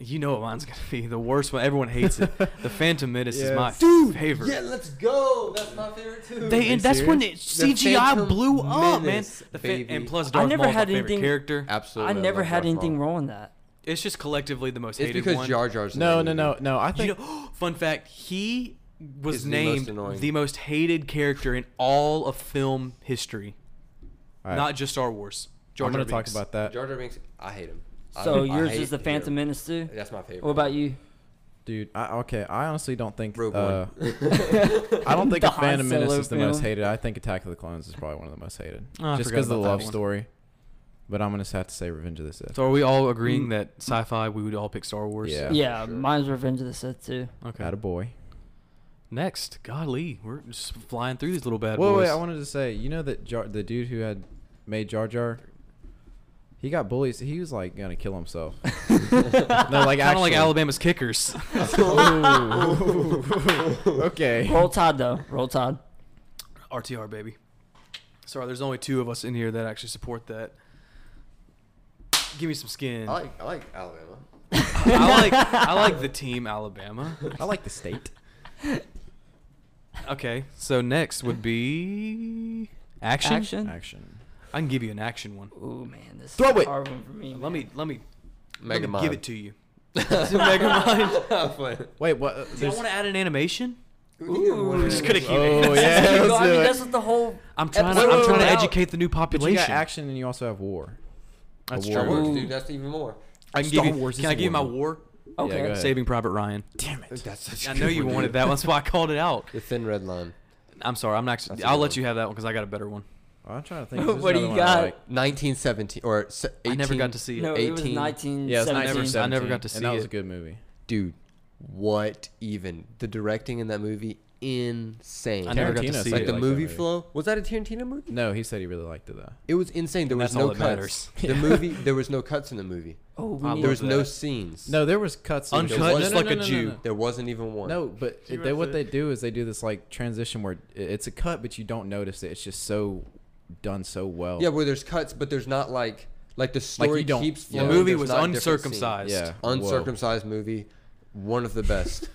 D: know what mine's gonna be the worst one. Everyone hates it. The Phantom Menace is my
A: Yes.
D: favorite.
F: Yeah, let's go. That's my favorite too.
D: They, and that's when it, CGI
F: Phantom
D: blew up, man.
F: Menace,
D: The fa-
F: baby.
D: and plus,
B: I
D: Darth
B: never
D: Maul's
B: had
D: my favorite
B: anything-
D: character.
F: Absolutely.
B: I never
F: love
B: had
F: Darth
B: anything
F: Maul.
B: wrong with that.
D: It's just collectively the most
F: It's
D: hated
F: because
D: one.
F: Jar Jar's. in
A: No,
F: that
A: no,
F: movie.
A: no, no. I
D: You
A: think
D: know, fun fact: he was
F: Is the most
D: named the
F: annoying.
D: most, hated character in all of film history,
A: All right.
D: not just Star Wars. Jar
A: I'm gonna
D: Jar
A: talk
D: Binks.
A: about that,
F: Jar Jar Binks. I hate him. I-
B: So
F: I
B: yours
F: hate
B: is the
F: him.
B: Phantom Menace too.
F: That's my favorite.
B: What about you?
A: dude. I, okay, I honestly don't think.
F: Rogue
A: uh,
F: One?
A: I don't think
B: The
A: a Phantom
B: Han
A: Menace
B: Solo
A: is the most
B: film.
A: hated. I think Attack of the Clones is probably one of the most hated,
D: Oh, I
A: just
D: forgot
A: because of the
D: about that
A: love
D: one.
A: story. But I'm gonna just have to say Revenge of the Sith.
D: So are we all agreeing
B: Mm.
D: that sci-fi? We would all pick Star Wars.
A: Yeah.
B: Yeah,
A: for
F: sure.
B: mine's Revenge of the Sith too.
D: Okay.
A: Got a boy.
D: Next, golly, we're just flying through these little bad
A: Wait,
D: boys.
A: wait. I wanted to say, you know that Jar, the dude who had made Jar Jar, he got bullied. So he was like gonna kill himself. no, like
D: Kind of
A: actually.
D: like Alabama's kickers.
A: okay.
B: Roll Tide though. Roll Tide.
D: RTR baby. Sorry, there's only two of us in here that actually support that. Give me some skin.
F: I like I like Alabama.
D: I like I like the team Alabama.
A: I like the state.
D: Okay, so next would be action.
B: Action.
A: Action.
D: I can give you an action one.
B: Ooh man, this
A: Throw
B: is a
A: it.
B: hard one for me.
D: Let
B: man.
D: me let me, let me
F: Megamind.
D: give it to you.
F: Oh,
A: Wait, what? uh,
D: Do you
A: there's-
D: want to add an animation?
F: Ooh,
D: Just gonna keep it.
A: oh yeah,
B: Yo,
A: let's
B: I
A: do
B: mean,
A: it.
B: that's what the whole.
D: I'm trying to
B: Wait,
D: I'm
B: wait,
D: trying to
B: wait, wait.
D: educate the new
A: But you
D: population.
A: got action, and you also have war.
D: That's
A: Star
D: true.
A: Wars.
F: Dude, that's even more.
D: I can
A: Star
D: give you.
A: Wars is
D: can I
A: a
D: give you my
A: war.
D: war?
A: Yeah, go
B: Okay.
A: ahead.
D: Saving Private Ryan.
A: Damn it.
F: That's such
D: I know you wanted that. one, That's why I called it out.
F: The thin red line.
D: I'm sorry. I'm not.
F: That's a
D: I'll
F: good
D: let
F: one.
D: you have that one because I got a better one.
A: I'm trying to think.
B: What
A: There's
B: do
A: another
B: you
A: one I
B: got?
A: like.
F: 1917 or s- 18.
D: I never got to see it.
B: No, it was
F: 18.
B: 19.
A: Yeah, it's
B: 17.
A: 1917.
D: I never got to
A: and that
D: see
A: was
D: it.
A: a good movie.
F: Dude, what even the directing in that movie insane.
D: I never got to
A: Tarantino
D: see
A: said
F: like
A: he
D: it.
F: the
A: liked that
F: movie
A: movie.
F: flow. Was that a Tarantino movie?
A: No, he said he really liked it though.
F: It was insane. There
D: And
F: was
D: that's all
F: no
D: that
F: cuts. The movie there was no cuts in the movie.
B: Oh,
D: I
B: we need
F: Uh, There was
D: love
F: no
D: that.
F: scenes.
A: No, there was cuts. in-
D: Uncut,
A: No, no,
D: just
A: no,
D: like
A: no,
D: a
A: no, no,
D: Jew.
A: no.
F: There wasn't even one.
A: No, but
D: She
A: they, what
D: wrote
A: they do is they do this like transition where i- it's a cut, but you don't notice it. It's just so done so well.
F: Yeah, where there's cuts, but there's not like like
A: Like,
F: the
A: you
F: story
A: don't-
F: keeps
A: yeah.
D: The
F: flowing.
D: movie
F: there's
D: was
F: not different scenes.
D: uncircumcised.
A: Yeah.
F: Uncircumcised movie, one of the best.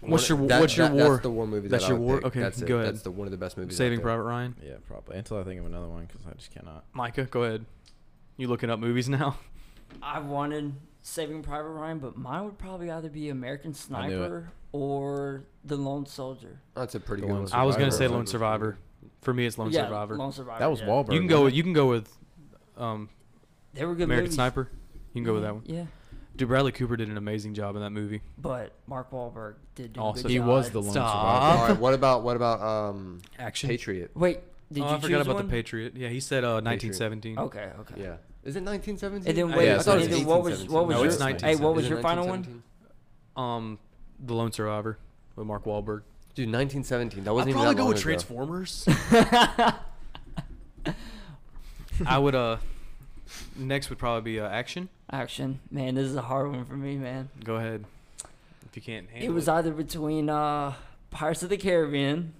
D: What's your
F: One- that-
D: What's your
F: that-
D: war?
F: That's the war movie.
D: That's
F: that I
D: your
F: would
D: war.
F: pick.
D: Okay,
F: that's it.
D: go ahead.
F: That's the one of the best movies. out
D: Saving
F: there.
D: Private Ryan.
A: Yeah, probably until I think of another one because I just cannot.
D: Micah, go ahead. You looking up movies now?
B: I wanted Saving Private Ryan, but mine would probably either be American
A: I knew it.
B: Sniper or The Lone Soldier.
F: That's a pretty
A: The
F: good
A: Lone
F: one.
A: Survivor.
D: I was gonna say
A: Survivor.
D: Lone Survivor. For me, it's Lone
B: yeah,
D: Survivor.
B: Lone Survivor.
A: That was
B: yeah.
A: Wahlberg.
D: you can go. With, you can go with um,
B: They were good.
D: American
B: movies.
D: Sniper. You can go with
B: Yeah,
D: that one.
B: Yeah,
D: Dude, Bradley Cooper did an amazing job in that movie.
B: but Mark Wahlberg did do a
D: Also-
B: good
A: He
B: job.
A: was the lone
D: Stop.
A: survivor.
F: All right, what about what about um
D: Action.
F: Patriot?
B: Wait, did
D: oh,
B: you
D: I forgot
B: choose
D: about
B: one?
D: the Patriot. Yeah, he said uh, 1917.
B: Okay, okay.
F: Yeah. Is it 1917?
B: And then
D: I-
B: wait,
A: yeah, it's
B: and then
A: 1917.
B: what was what was
D: No,
B: your
D: it's
B: hey? What was
F: Is it
B: your final one?
F: 1917?
D: Um, The Lone Survivor with Mark Wahlberg.
F: Dude, 1917. That wasn't even that long ago.
D: Transformers. I would. Uh, next would probably be uh, action.
B: Action, man. This is a hard one for me, man.
D: Go ahead. If you can't handle
B: It was either between uh, Pirates of the Caribbean,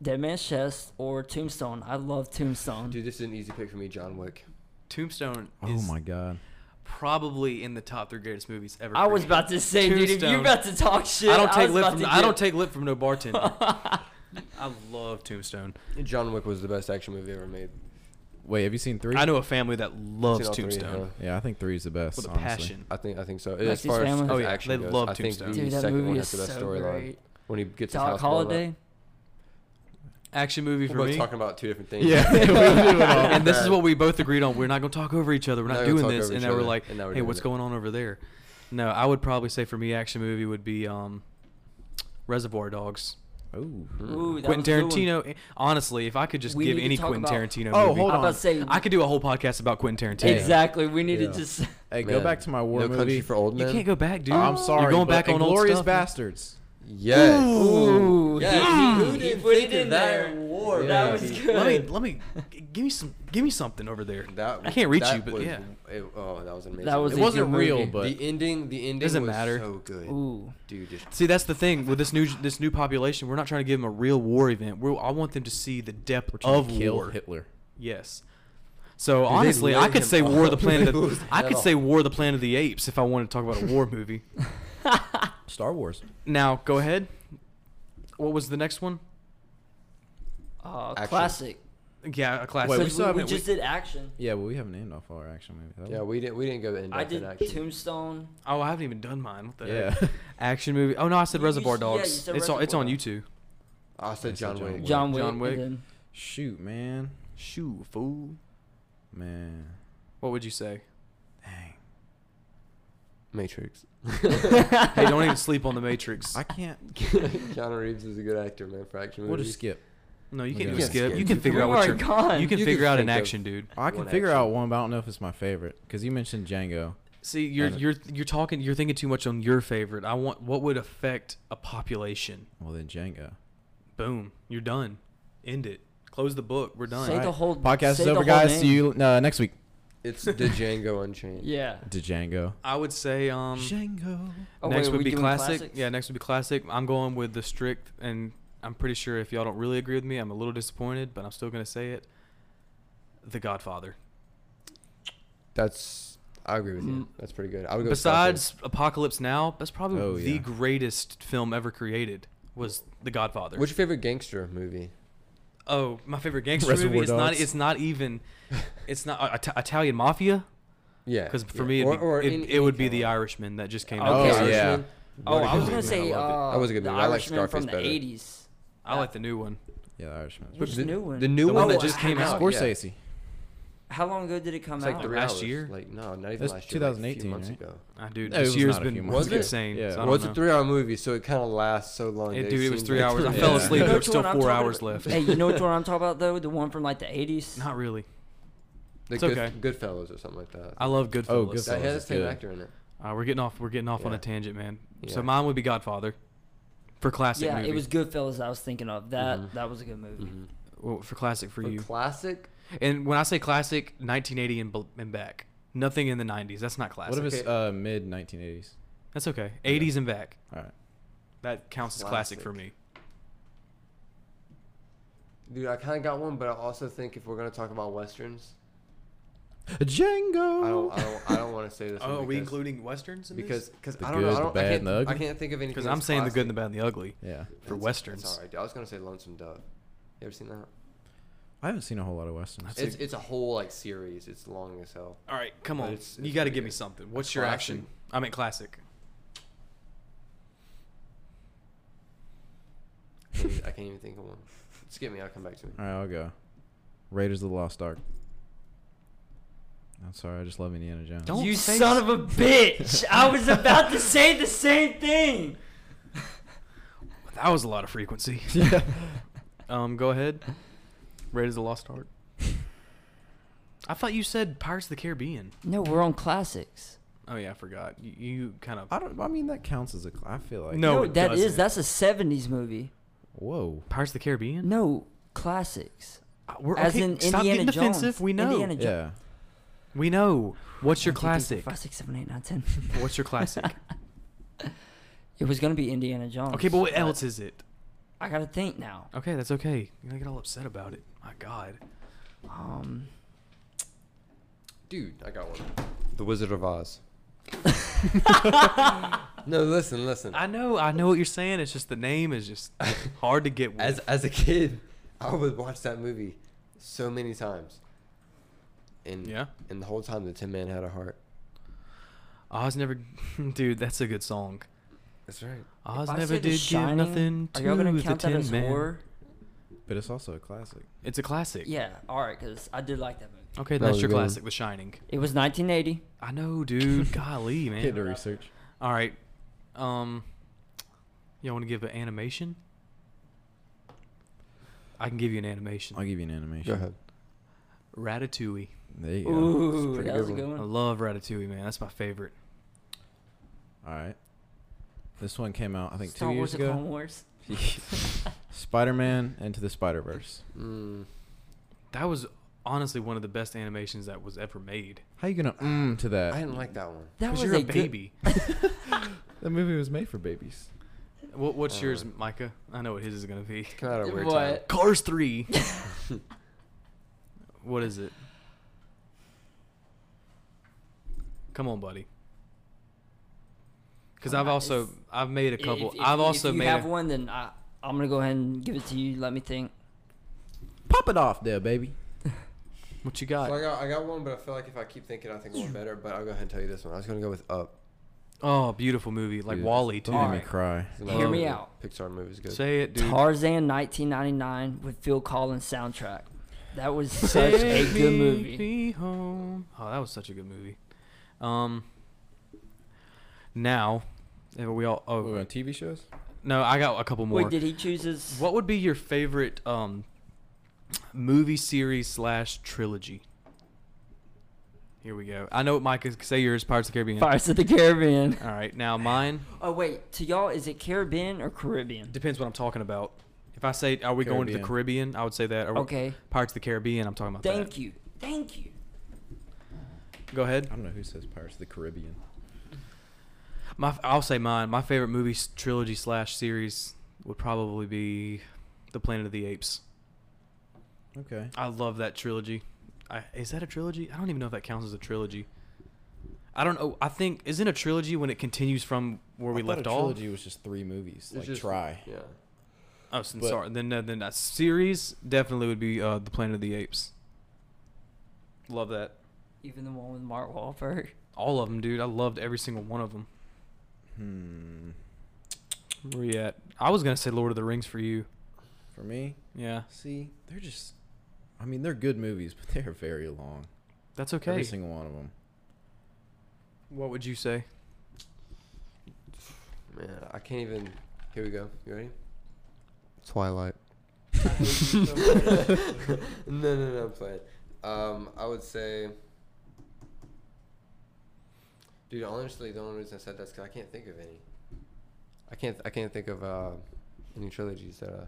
B: Dead Man's Chest, or Tombstone. I love Tombstone.
F: Dude, this is an easy pick for me. John Wick.
D: Tombstone
A: Oh
D: is
A: my god.
D: probably in the top three greatest movies ever.
B: I was
D: created.
B: about to say, dude, if
D: Tombstone.
B: you're about to talk shit,
D: I don't take
B: was
D: lip
B: about
D: from.
B: to
D: I don't
B: get-
D: take lip from no bartender. I love Tombstone.
F: John Wick was the best action movie ever made.
A: Wait, have you seen three?
D: I know a family that loves
F: Seen all three,
D: Tombstone
F: huh?
A: Yeah, I think three is the best.
D: with a
A: honestly.
D: passion.
F: I think I think so.
B: Like
F: As
B: these
F: far as,
B: families-
F: as
D: Oh, yeah,
F: action
D: they
F: goes,
D: love
F: I think
D: Tombstone.
F: the
B: Dude, that
F: second one
B: movie
F: has
B: is
F: the
B: so
F: best storyline.
B: great.
F: When he gets his
B: Doc
F: house blown
B: Holiday.
F: up.
D: Action movie
F: We're
D: for
F: both
D: me.
F: talking about two different things.
A: Yeah, we do it all.
D: and this is what we both agreed on. We're not gonna talk over each other. We're
F: Not
D: not,
F: gonna
D: doing
F: talk
D: this.
F: over
D: And
F: each
D: now we're
F: other.
D: like,
F: And now we're
D: hey,
F: doing
D: what's
F: it.
D: going on over there? No, I would probably say for me, action movie would be um, Reservoir Dogs.
A: Oh.
B: Ooh,
D: Quentin
B: that was a good one.
D: Tarantino. eh, Honestly, if I could just
B: We
D: give
B: need to
D: any
B: talk
D: Quentin
B: about-
D: Tarantino
A: Oh,
D: movie,
A: hold
B: I'm
A: on.
B: about to say
D: I could do a whole podcast about Quentin Tarantino.
B: exactly. We need
A: Yeah.
B: to just.
A: Hey, go
F: Man,
A: back to my war
F: no
A: movie.
F: Country for Old
D: You
F: Men.
D: can't go back, dude.
A: Oh, I'm sorry.
D: You're going
A: but
D: back on old
A: Glorious
D: stuff.
A: Bastards.
F: Yes.
B: Ooh,
F: Yes.
B: he-
F: Who
B: he
F: didn't
B: put
F: think
B: it
F: of
B: in
F: that
B: there.
F: award,
B: That
F: man?
B: was
F: Let
B: good.
D: Let me, let me, g- give me some, give me something over there.
F: That
D: I can't reach
F: that
D: you, but
F: was-
D: yeah.
F: it- oh, that was amazing.
B: That was
A: It
B: a
A: wasn't
B: good
A: real,
B: movie.
A: but
F: the ending. The ending
D: Doesn't
F: was
D: matter.
F: so good,
B: Ooh,
F: dude. Just
D: See, that's the thing with this new this new population. We're not trying to give them a real war event. We're, I want them to see the depth
A: We're trying
D: of
A: to kill
D: war.
A: Hitler.
D: Yes. So honestly, I
F: lit
D: could
F: him
D: say War of the
F: up.
D: Planet.
F: They
D: Of,
F: lit
D: I
F: him
D: could
F: up.
D: say War of the Planet of the Apes if I wanted to talk about a war movie.
A: Star Wars.
D: Now go ahead. What was the next one?
B: uh,
F: Action.
B: classic.
D: Yeah, a classic.
A: Wait, we
B: Because
A: still
B: we, we
A: haven't- we-
B: just did action.
A: Yeah, well, we haven't named off our action movie. That
F: yeah,
A: one-
F: we didn't. We didn't go in depth.
B: I did
F: in action.
B: Tombstone.
D: oh, I haven't even done mine. What the
A: yeah.
D: heck? Action movie. Oh no, I said
B: You- you-
D: Reservoir
B: yeah, you
D: Dogs.
B: said
D: it's on. It's
B: Reservoir
D: on
B: Dogs.
D: YouTube.
F: I said
A: I said
F: John
A: John
F: Wick.
A: Wick.
B: John Wick.
D: John Wick.
B: And then
A: Shoot, man.
D: Shoo, fool.
A: Man.
D: What would you say?
A: Dang.
F: Matrix.
D: hey, don't even sleep on the Matrix.
A: I can't.
F: Keanu Reeves is a good actor, man, for action
A: We'll
F: movies.
A: just skip.
D: no, you
A: We
D: can't
A: got
D: do a
A: it.
D: skip.
F: Yeah,
D: You can
F: dude,
D: figure
B: we
D: out
B: are
D: what you're.
B: gone.
D: You can
F: You can
D: figure out an
F: think of-
D: action, dude.
A: I can
F: One
A: figure
F: action.
A: out one, but I don't know if it's my favorite. Because you mentioned Django.
D: See, you're
A: Got it.
D: you're you're talking. You're thinking too much on your favorite. I want what would affect a population.
A: Well, then Django.
D: Boom. You're done. End it. Close the book. We're done.
B: Say the whole
A: Podcast
B: say
A: is
B: the
A: over,
B: whole
A: guys. See
B: name.
A: you uh, next week.
F: It's the Django Unchained.
B: Yeah.
A: To Django.
D: I would say um
A: Django.
B: Oh,
D: next
B: wait, are
D: would
B: we
D: be
B: doing
D: classic.
B: classics?
D: Yeah, next would be classic. I'm going with the strict, and I'm pretty sure if y'all don't really agree with me, I'm a little disappointed, but I'm still gonna say it. The Godfather.
F: That's. I agree with you.
B: Mm.
F: That's pretty good. I would go. with
D: Besides Apocalypse Now, that's probably
A: Oh,
D: the
A: yeah.
D: greatest film ever created. Was The Godfather.
F: Scarface. What's your favorite gangster movie?
D: Oh, my favorite gangster
A: Reservoir
D: movie. It's not.
A: Dogs.
D: It's not even. It's not uh, Ita- Italian Mafia.
F: Yeah.
D: Because for
F: yeah.
D: me, it'd be, it,
F: any-
D: it would be
F: any
D: The
F: kind
D: Irishman that just came
B: Okay.
D: out.
A: Oh,
F: of-
A: yeah.
F: Irishman.
B: Oh,
F: What a
B: I
F: good
B: was gonna
F: movie.
B: say
D: I loved
B: uh,
F: That was a good
B: the
F: movie. I like
B: Irishman from
F: Scarface
B: the
F: better.
B: '80s.
D: I like the new one.
A: Yeah, the Oh, Irishman's
B: Which
F: the,
B: new one?
F: The new
D: The
F: one
D: one
F: that
D: that
F: just
D: came
F: came
D: out.
F: out. Yeah.
A: Scorsese.
B: How long ago did it come
D: It's
B: out?
D: like
F: Three
D: Last
F: hours.
D: year?
F: Like no, not even
A: That's
F: last year. like, a few
A: 2018,
F: months
A: right?
F: ago.
D: Ah, dude,
A: No, it
D: this
A: was
D: year's
A: not a few
D: been
A: months
D: was
F: ago.
D: insane.
A: Yeah.
D: so I
A: Well,
D: don't
F: Well, it's
D: know.
F: a three-hour movie, so it kind of lasts so long.
D: It-
F: that
D: dude, it was
F: seems
D: three
F: like-
D: hours. I
A: Yeah.
D: fell
A: Yeah.
D: asleep.
B: You know
D: There's
B: which
D: still
B: one I'm
D: four
B: talking
D: hours
B: about?
D: left.
B: Hey, you know which one I'm talking about though? The one from like the '80s.
D: Not really.
F: The
D: It's
F: good,
D: okay.
F: Goodfellas or something like that.
D: I love Goodfellas.
A: Goodfellas.
F: that
A: Oh, Goodfellas
F: has
A: is
F: the same
A: good.
F: actor in it.
D: Uh, we're getting off. We're getting off on
F: Yeah.
D: a tangent, man.
F: Yeah.
D: So mine would be Godfather, for classic.
B: yeah, it
D: movie. Mm-hmm.
B: was Goodfellas I was thinking of. That
F: Mhm.
B: that was a good movie.
F: Mhm.
D: Well, for classic for
F: For
D: you.
F: classic,
D: and when I say classic, 1980 and, bel- and back. Nothing in the 90s. That's not classic.
A: What if it's uh, mid 1980s?
D: That's okay. 80s and back.
A: All right.
D: That counts as classic for me.
F: Classic. dude, I kind of got one, but I also think if we're gonna talk about westerns,
A: Django.
F: I don't, I don't, I don't want to say
D: Oh,
F: this. one because-
D: westerns?
F: Because, because
A: The
F: I don't know.
A: good,
F: I,
A: the
F: don't,
A: bad,
F: I
A: and
F: can't.
A: the
F: I
A: ugly?
F: can't think of anything.
D: because
F: that's
D: I'm saying the good,
F: classic.
D: and the bad, and the ugly
A: yeah.
D: for
F: That's-
D: westerns.
F: That's all right. I was gonna say Lonesome Dove. You ever seen that?
A: I haven't seen a whole lot of westerns.
F: It's it's a whole like series. It's long as hell.
D: All right, come
F: But
D: on.
F: it's-
D: you
F: it's
D: got to
F: pretty
D: give me
F: good.
D: something. What's your action? I meant classic.
F: I can't even- I can't even think of one. Skip me. I'll come back to me.
A: All right, I'll go. Raiders of the Lost Ark. I'm sorry, I just love Indiana Jones.
D: Don't
B: you
D: say
B: son of a bitch! I was about to say the same thing.
D: That was a lot of frequency. um, go ahead. Raiders of the Lost Ark. I thought you said Pirates of the Caribbean.
B: No, we're on classics.
D: Oh yeah, I forgot. You, you kind of
A: I don't. I mean, that counts as a. cl- I feel like.
D: No,
B: No,
D: it
B: that
D: doesn't.
B: is that's a '70s movie.
A: Whoa.
D: Pirates of the Caribbean.
B: No classics.
D: Uh, We're,
B: As
D: okay,
B: in
D: stop
B: Indiana
D: getting defensive.
B: Jones.
D: We know.
B: Indiana Jo-
A: Yeah.
D: We know. What's your
B: One, two, three, four,
D: classic?
B: Five, six, seven, eight, nine, ten.
D: What's your classic?
B: It was gonna be Indiana Jones.
D: okay, but what else is it?
B: I gotta think now.
D: Okay, that's okay. You're gonna get all upset about it. My God.
B: Um,
F: Dude, I got one. The Wizard of Oz. no, listen, listen.
D: I know. I know what you're saying. It's just the name is just hard to get. With.
F: As as a kid, I would watch that movie so many times. And
D: Yeah.
F: And the whole time, the Tin Man had a heart.
D: Oz never, dude. That's a good song.
F: That's right.
D: Oz
B: if I
D: never
B: say The
D: did give
B: Shining,
D: nothing
B: Are
D: to
B: y'all gonna
D: the
B: count that
D: Tin
B: as
D: Man.
B: horror?
A: But it's also a classic.
D: It's a classic.
B: Yeah. All right, because I did like that movie.
D: Okay,
F: That
D: that's
F: was
D: your
F: a good one.
D: classic, The Shining.
B: It was 1980.
D: I know, dude. Golly,
A: Get to
D: man.
A: research.
D: All right. Um, y'all want to give an animation? I can give you an animation.
A: I'll give you an animation.
F: Go ahead.
D: Ratatouille.
A: There you go.
B: Ooh, that
F: good
B: was a
F: one.
B: good
D: I
B: one.
D: love Ratatouille, man. That's my favorite.
A: All right. This one came out, I think,
B: Star
A: two
B: Wars
A: years
B: The Clone
A: ago.
B: Wars.
A: Spider-Man Into the Spider-Verse.
F: Mm,
D: That was honestly one of the best animations that was ever made.
A: How you gonna mm to
F: I
A: that?
F: didn't like that one.
B: That was
D: Because you're a,
B: good-
D: baby.
A: That movie was made for babies.
D: what, what's
F: Uh,
D: yours, Micah? I know what his is gonna be.
F: Came out at a weird time.
B: What?
D: Cars three. what is it? Come on, buddy. Because
B: Come
D: I've
B: on,
D: also
B: it's-
D: I've made a couple.
B: If, if,
D: I've also
B: if you
D: made.
B: have
D: a-
B: one, then I, I'm gonna go ahead and give it to you. Let me think.
A: Pop it off there, baby.
D: What you
F: So I
D: got?
F: got I got one, but I feel like if I keep thinking, I think one better. But I'll go ahead and tell you this one. I was gonna go with Up.
D: Oh, beautiful movie, like
A: Dude,
D: Wally too.
A: Don't make me
B: Alright.
A: cry.
F: It's
B: Hear
F: another
B: me
F: movie.
B: out.
F: Pixar movie's good.
D: Say it, dude.
B: Tarzan 1999 with Phil Collins soundtrack. That was such a
D: Take
B: good
D: me
B: movie.
D: home. Oh, that was such a good movie. Um. Now, if we all. Oh
A: Ooh, on TV shows?
D: no, I got a couple more.
B: Wait, did he choose his?
D: What would be your favorite um movie series slash trilogy? Here we go. I know what Mike is. Say yours, Pirates of the Caribbean.
B: Pirates of the Caribbean.
D: All right, now mine
B: Oh wait, to y'all, is it Caribbean or Caribbean?
D: depends what I'm talking about. If I say, "Are we going to the Caribbean?" I would say that. Are we-
B: Okay.
D: Pirates of the Caribbean. I'm talking about
B: Thank you, thank you.
D: you. Go ahead.
A: I don't know who says Pirates of the Caribbean.
D: My, I'll say mine. My favorite movie s- trilogy slash series would probably be the Planet of the Apes.
A: Okay.
D: I love that trilogy. I, is that a trilogy? I don't even know if that counts as a trilogy. I don't know. I think isn't a trilogy when it continues from where we
A: I thought
D: left
A: a
D: off.
A: trilogy was just three movies.
F: It's
A: like
F: just-
A: try.
F: Yeah.
D: Oh, s-
A: but-
D: sorry. Then uh, then a series definitely would be uh, the Planet of the Apes. Love that.
B: Even the one with Mark Wahlberg.
D: All of them, dude. I loved every single one of them.
A: Hmm.
D: Where you at? I was gonna say Lord of the Rings for you.
A: For me,
D: Yeah,
A: see, they're just. I mean, they're good movies, but they're very long.
D: that's okay.
A: Every single one of them.
D: what would you say?
F: Man, I can't even. Here we go. You ready? Twilight. no, no, no. I'm playing. Um, I would say. Dude, honestly, the only reason I said that's because I can't think of any. I can't. I can't think of uh, any trilogies that. Uh,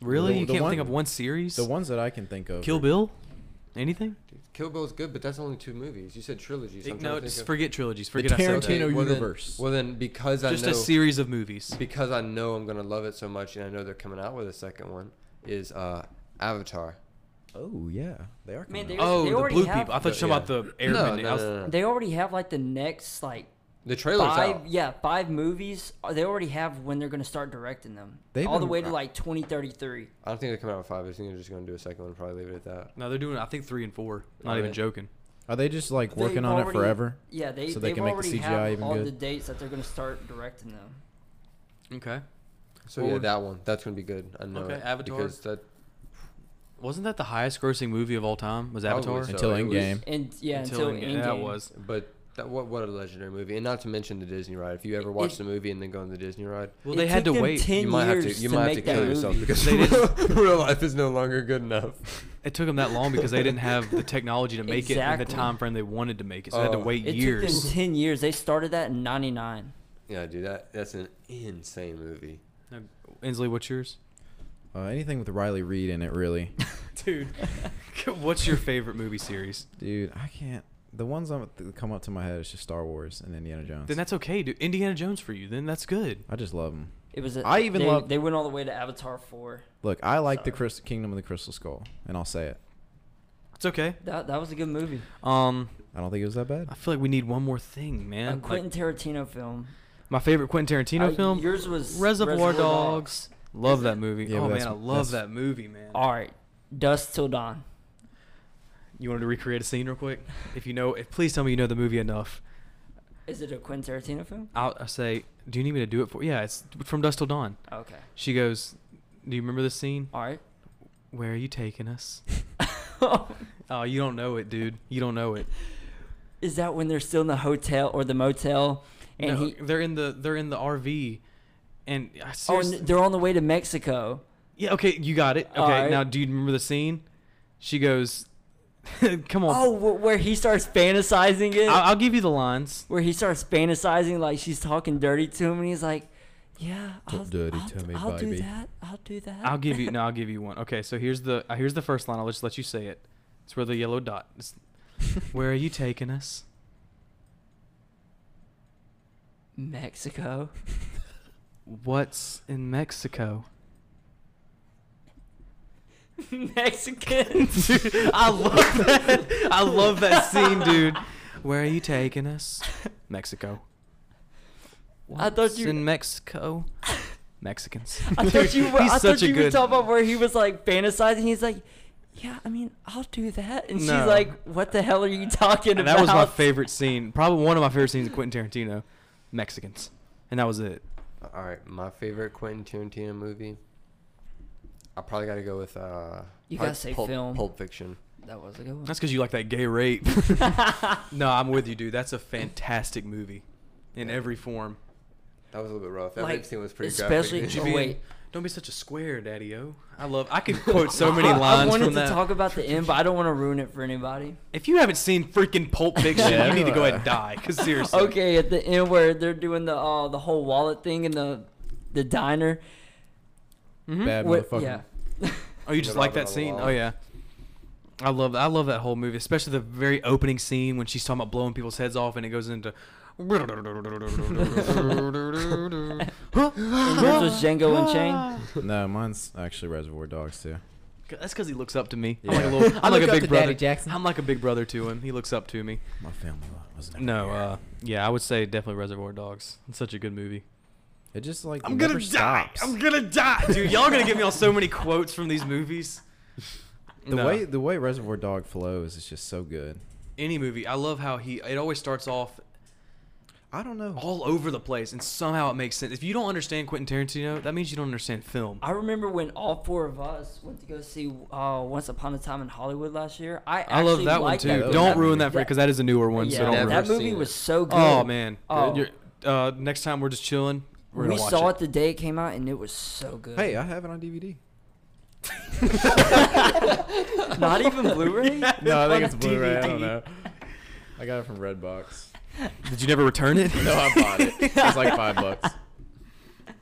D: Really?
A: The-
D: you
A: the
D: can't
A: one-
D: think of one series?
A: The ones that I can think of.
D: Kill
A: are-
D: Bill? Anything?
F: dude, Kill Bill's good, but that's only two movies. You said trilogies. so I'm trying
D: no,
F: to think
D: just
F: of-
D: forget trilogies.
A: The
D: Forget I
A: Tarantino
D: said that.
F: Okay, well then-
A: universe.
F: well then, because I
D: Just
F: know
D: a series of movies.
F: because I know I'm gonna love it so much, and I know they're coming out with a second one, is uh, Avatar.
A: Oh yeah, they are.
B: Man,
A: coming
B: they-
A: out.
D: Oh,
B: they
D: the
B: already
D: blue
B: have-
D: people. I thought you were talking
F: Yeah.
D: about the
F: No, no,
D: Airbender. I
F: no,
D: was-
F: no, no.
B: They already have like the next like
F: The trailer's
B: five
F: out.
B: yeah five movies. uh, They already have when they're gonna start directing them.
A: They've
B: all the
A: been-
B: way to like 2033.
F: I don't think they're coming out with five. I think they're just gonna do a second one and probably leave it at that.
D: No, they're doing. I think three and four. Not
F: Are
D: even
F: they?
D: joking.
A: Are they just like
B: They've
A: working on it
B: already-
A: forever?
B: Yeah, they
A: So they
B: they
A: can
B: have
A: make the
B: already
A: CGI
B: have
A: even
B: all
A: good?
B: the dates that they're gonna start directing them.
D: Okay.
F: So yeah,
D: Or-
F: that one. That's gonna be good. I know.
D: Okay,
F: it,
D: Avatar.
F: Because that
D: Wasn't that the highest grossing movie of all time? Was
F: Probably
D: Avatar?
F: so.
A: Until
F: it was-
A: Endgame.
B: And yeah, until,
D: Endgame.
B: Endgame.
D: Yeah, that was.
F: But that, what what a legendary movie, and not to mention the Disney ride. If you ever watch
B: It-
F: the movie and then go on the Disney ride,
D: Well,
B: It
D: they had
B: took
D: to
B: them
D: wait.
B: 10
F: you might have to
B: years
F: you might have to
B: make that
F: kill yourself
B: movie.
F: because
D: They
F: real life is no longer good enough.
D: It took them that long because they didn't have the technology to make it in the
B: Exactly.
D: time frame they wanted to make it. So they had to
F: Oh.
D: wait
B: It took them
D: years.
B: ten years. They started that in '99.
F: Yeah, dude, that that's an insane movie.
D: Now, Inslee, what's yours?
A: Uh, anything with Riley Reed in it, really,
D: Dude, what's your favorite movie series?
A: dude. I can't. The ones I'm- that come up to my head is just Star Wars and Indiana Jones.
D: Then that's okay, dude. Indiana Jones for you. Then that's good.
A: I just love them.
B: It was. A,
A: I even
B: they,
A: love-
B: They went all the way to Avatar Four.
A: Look, I like the
B: Sorry.
A: Crystal Kingdom of the Crystal Skull, and I'll say it.
D: It's okay.
B: That that was a good movie.
D: Um,
A: I don't think it was that bad.
D: I feel like we need one more thing,
B: A
D: man.
B: Quentin
D: Like,
B: Tarantino film.
D: my favorite Quentin Tarantino
B: Uh,
D: film.
B: Yours was
D: Reservoir, Dogs. Love that movie.
A: Yeah,
D: oh
A: but
D: man,
A: that's-
D: I love
A: that's-
D: that movie, man.
B: All right, Dust Till Dawn.
D: You wanted to recreate a scene real quick? If you know, if, please tell me you know the movie enough.
B: Is it a Quentin Tarantino film?
D: I'll, I say, do you need me to do it for? Yeah, it's from Dust Till Dawn.
B: Okay.
D: She goes, do you remember this scene?
B: All right.
D: Where are you taking us? Oh, you don't know it, dude. You don't know it.
B: Is that when they're still in the hotel or the motel, and
D: no,
B: he?
D: they're in the they're in the RV, and I
B: Oh,
D: seriously,
B: and they're on the way to Mexico.
D: yeah, okay, you got it. Okay,
B: All right.
D: now do you remember the scene? She goes, come on.
B: Oh, wh- where he starts fantasizing it.
D: I'll, I'll give you the lines.
B: where he starts fantasizing like she's talking dirty to him, and he's like, "Yeah,
A: Talk
B: I'll,
A: dirty
B: I'll,
A: to me,
B: I'll do
A: baby."
B: that. I'll do that."
D: I'll give you no. I'll give you one. Okay, so here's the uh, here's the first line. I'll just let you say it. It's where the yellow dot. Is. Where are you taking us?
B: Mexico.
D: What's in Mexico?
B: Mexicans.
D: I love that. I love that scene, dude. Where are you taking us? Mexico.
B: I thought
D: What's
B: you-
D: in Mexico. Mexicans.
B: I thought you were.
D: He's
B: I
D: such
B: thought
D: a
B: you were
D: good-
B: talking about where he was like fantasizing. He's like, "Yeah, I mean, I'll do that," and
D: No.
B: she's like, "What the hell are you talking
D: And
B: about?"
D: that was my favorite scene. Probably one of my favorite scenes of Quentin Tarantino. Mexicans. And that was it.
F: All right, my favorite Quentin Tarantino movie. I probably got to go with uh.
B: You
F: probably
B: gotta say
F: Pulp,
B: film.
F: Pulp Fiction.
B: That was a good one.
D: That's because you like that gay rape. no, I'm with you, dude. That's a fantastic movie in every form.
F: That was a little bit rough. That
B: Like,
F: rape scene was pretty
B: especially-
F: graphic.
B: Oh,
D: Be-
B: wait.
D: Don't be such a square, Daddy O. I love. I could quote so many
B: I- I
D: lines
B: wanted
D: from
B: to
D: that.
B: talk about the end, but I don't want to ruin it for anybody.
D: If you haven't seen freaking Pulp Fiction,
A: Yeah,
D: you need to go ahead
A: everyone-
D: and die. Cause seriously.
B: Okay, at the end where they're doing the uh, the whole wallet thing in the the diner.
D: Mm-hmm.
A: Bad
B: where-
A: motherfucker.
B: yeah.
D: Oh, you just
F: The
D: like
F: Robin
D: that
F: of the
D: scene?
F: Wall.
D: Oh yeah. I love I love that whole movie, especially the very opening scene when she's talking about blowing people's heads off and it goes into
B: And yours was Django Unchained.
A: No, mine's actually Reservoir Dogs too.
D: That's because he looks up to me. I'm
A: Yeah.
D: like a little.
A: I
D: I'm like
A: look
D: a
A: up
D: big
A: to
D: brother.
A: Daddy Jackson.
D: I'm like a big brother to him. He looks up to me.
A: My family was never
D: No,
A: here.
D: uh, yeah, I would say definitely Reservoir Dogs. It's such a good movie.
A: it just like
D: I'm
A: never
D: gonna
A: stops.
D: die. I'm gonna die, dude. Y'all gonna give me all so many quotes from these movies.
A: the
D: No.
A: way the way Reservoir Dog flows is just so good.
D: any movie, I love how he. It always starts off
A: I don't know.
D: all over the place, and somehow it makes sense. If you don't understand Quentin Tarantino, that means you don't understand film.
B: I remember when all four of us went to go see uh, Once Upon a Time in Hollywood last year. I
D: I love
B: actually
D: that one
B: liked
D: too.
A: that movie.
D: don't ruin that for
B: That-
D: because that is a newer one. so
B: Yeah,
D: don't
F: I've
D: ruin
B: that
D: it.
F: never
B: movie
F: seen
B: was
F: it.
B: so good.
D: Oh man.
B: Oh.
D: You're- uh, next time we're just chilling. We're
B: we
D: gonna watch
B: saw it. the day it came out, and it was so good.
A: Hey, I have it on DVD.
B: not even Blu-ray.
A: No, I think
B: On
A: it's
B: a
A: Blu-ray. I
B: DVD.
A: don't know. I got it from Redbox.
D: Did you never return it?
A: No, I bought it. It's like five bucks.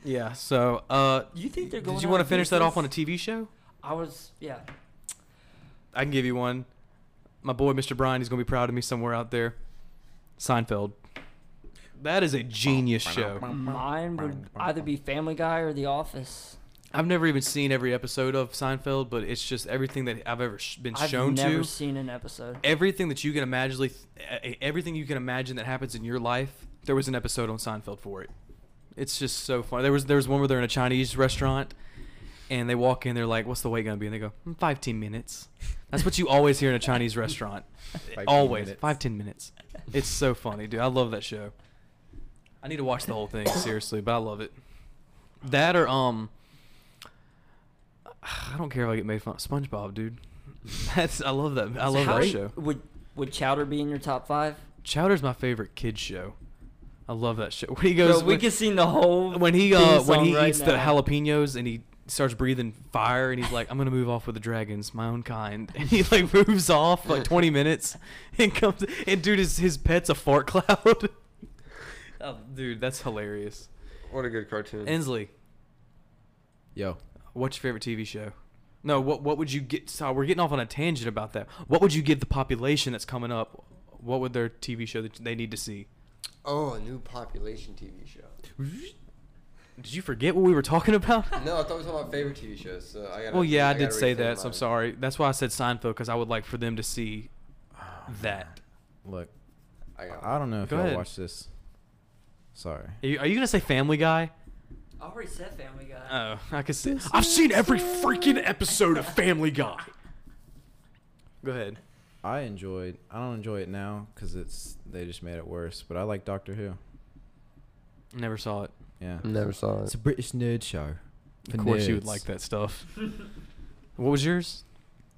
D: Yeah. So, uh,
B: You think they're going
D: did you
B: out
D: want to
B: of
D: finish that off on a
B: business?
D: TV show?
B: I was yeah.
D: I can give you one. My boy, Mr. Brian, he's gonna be proud of me somewhere out there. Seinfeld. That is a genius show.
B: Mine would either be Family Guy or The Office.
D: I've never even seen every episode of Seinfeld, but it's just everything that I've ever sh- been
B: I've
D: shown
B: never
D: to.
B: seen an episode.
D: everything that you can imagine, eh, everything you can imagine that happens in your life, there was an episode on Seinfeld for it. It's just so funny. There was there was one where they're in a Chinese restaurant, and they walk in. They're like, "What's the wait gonna be?" And they go, "Mm, five, ten minutes." That's what you always hear in a Chinese restaurant.
A: Five, 10
D: always
A: minutes.
D: five, ten minutes. It's so funny, dude. I love that show. I need to watch the whole thing seriously, but I love it. That or um, I don't care if I get made fun. SpongeBob, dude. That's I love that. I
B: So
D: love
B: how-
D: that show.
B: Would would Chowder be in your top five?
D: Chowder's my favorite kid show. I love that show. When he
B: Bro,
D: goes,
B: we
D: when,
B: can sing the whole
D: when he
B: theme
D: uh, when
B: song
D: he
B: right
D: eats the
B: now.
D: jalapenos and he starts breathing fire and he's like, I'm gonna move off with the dragons, my own kind, and he like moves off like 20 minutes and comes and dude, his his pet's a fart cloud. oh, dude, that's hilarious.
F: What a good cartoon.
D: Inslee,
A: Yo,
D: what's your favorite TV show? No, what what would you get? Sorry, we're getting off on a tangent about that. What would you give the population that's coming up? What would their TV show that they need to see?
F: oh, a new population TV show.
D: Did you forget what we were talking about?
F: No, I thought we were talking about favorite TV shows. So I gotta,
D: Well, yeah, I, did
F: gotta
D: say
F: rethink
D: that, so I'm
F: mine.
D: sorry. That's why I said Seinfeld because I would like for them to see
F: Uh-huh.
D: that.
A: look,
F: I got
A: I don't know if
D: Go
A: y'all
D: ahead.
A: watch this. Sorry.
D: Are you, are you gonna say Family Guy?
B: I already said Family Guy.
D: Oh, I could see. I've seen every freaking episode of Family Guy. Go ahead.
A: I enjoyed. I don't enjoy it now because it's they just made it worse. But I like Doctor Who.
D: Never saw it.
A: Yeah.
F: Never saw
A: It's a British nerd show.
D: Of course, you would like that stuff. what was yours?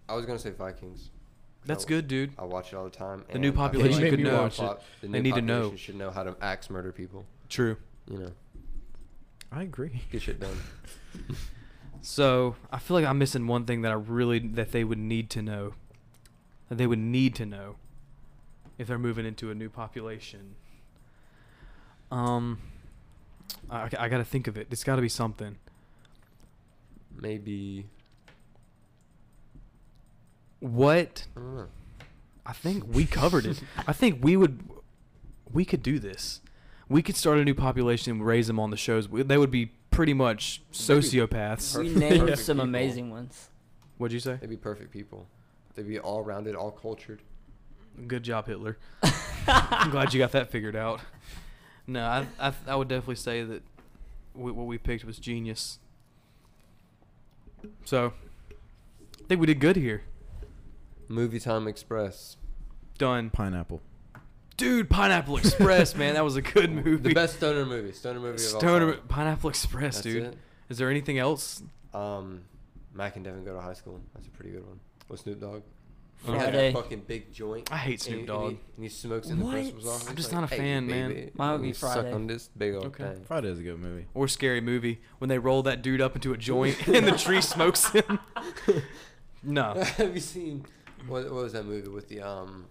F: I was gonna say Vikings.
D: That's
F: I-
D: good, dude.
F: I watch it all the time.
D: The new
F: and I feel
D: population
F: like
A: could
F: the
A: know.
F: pop-
D: Watch
F: The new
D: They need to know.
F: population Should know how to axe murder people.
D: True.
F: You know,
A: I agree.
F: get shit done.
D: So I feel like I'm missing one thing that I really that they would need to know. That they would need to know if they're moving into a new population. Um, I, I gotta think of it. It's gotta be something.
F: Maybe
D: What
F: I don't know.
D: I think we covered it. I think we would, we could do this. We could start a new population and raise them on the shows. We- They would be pretty much sociopaths.
B: we
F: Perfect-
B: named
F: perfect
B: some
F: people.
B: amazing ones.
D: What'd you say?
F: They'd be perfect people. They'd be all rounded, all cultured.
D: Good job, Hitler. I'm glad you got that figured out. No, I I, I would definitely say that w- what we picked was genius. So, I think we did good here.
F: Movie Time Express.
D: Done,
A: Pineapple.
D: dude. Pineapple Express, man, that was a good movie.
F: The best stoner movie. Stoner movie of all
D: stoner
F: time.
D: Pineapple Express,
F: That's
D: dude. Is
F: it.
D: there anything else?
F: Um, Mac and Devin go to high school. That's a pretty good one. With Snoop Dogg. He has that
B: Friday.
F: fucking big joint.
D: I hate
F: and
D: Snoop
F: he-
D: Dogg.
F: And he, and he smokes in the
B: What?
F: principal's office.
D: I'm just
F: like,
D: not a
F: "Hey,
D: fan, man.
F: baby,"
B: Mine would
F: and
B: be
F: you Suck
B: Friday.
F: on this big old
D: Okay.
F: thing.
A: Friday is a good movie.
D: Or scary movie when they roll that dude up into a joint and the tree smokes him. no,
F: Have you seen what, what was that movie with the um?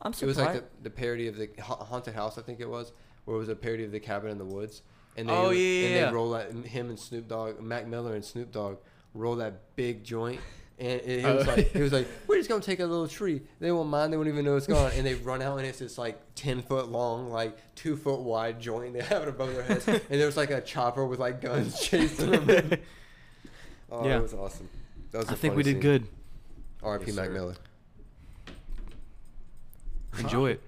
B: I'm
F: It was
B: surprised.
F: like the, the parody of the Ha- haunted house, I think it was, where it was a parody of the cabin in the woods. And they,
D: Oh, yeah,
F: and
D: yeah, yeah.
F: they roll at him and Snoop Dogg, Mac Miller and Snoop Dogg roll that big joint. And it, it was
D: Uh.
A: Oh.
F: like, it was like, we're just gonna take a little tree. They won't mind. They won't even know it's gone. And they run out, and it's this like ten foot long, like two foot wide joint. They have it above their heads, and there was like a chopper with like guns chasing them. Oh,
D: Yeah.
F: it was awesome. That was
D: I
F: a
D: think
F: funny
D: we did
F: scene.
D: good.
F: R.I.P.
A: Yes,
F: Mac
A: sir.
F: Miller.
D: Enjoy it.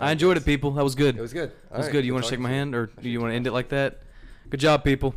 D: I enjoyed it, people. That was good.
F: It was good.
D: That was good. You want to shake my hand, or do you want to end it like that? Good job, people.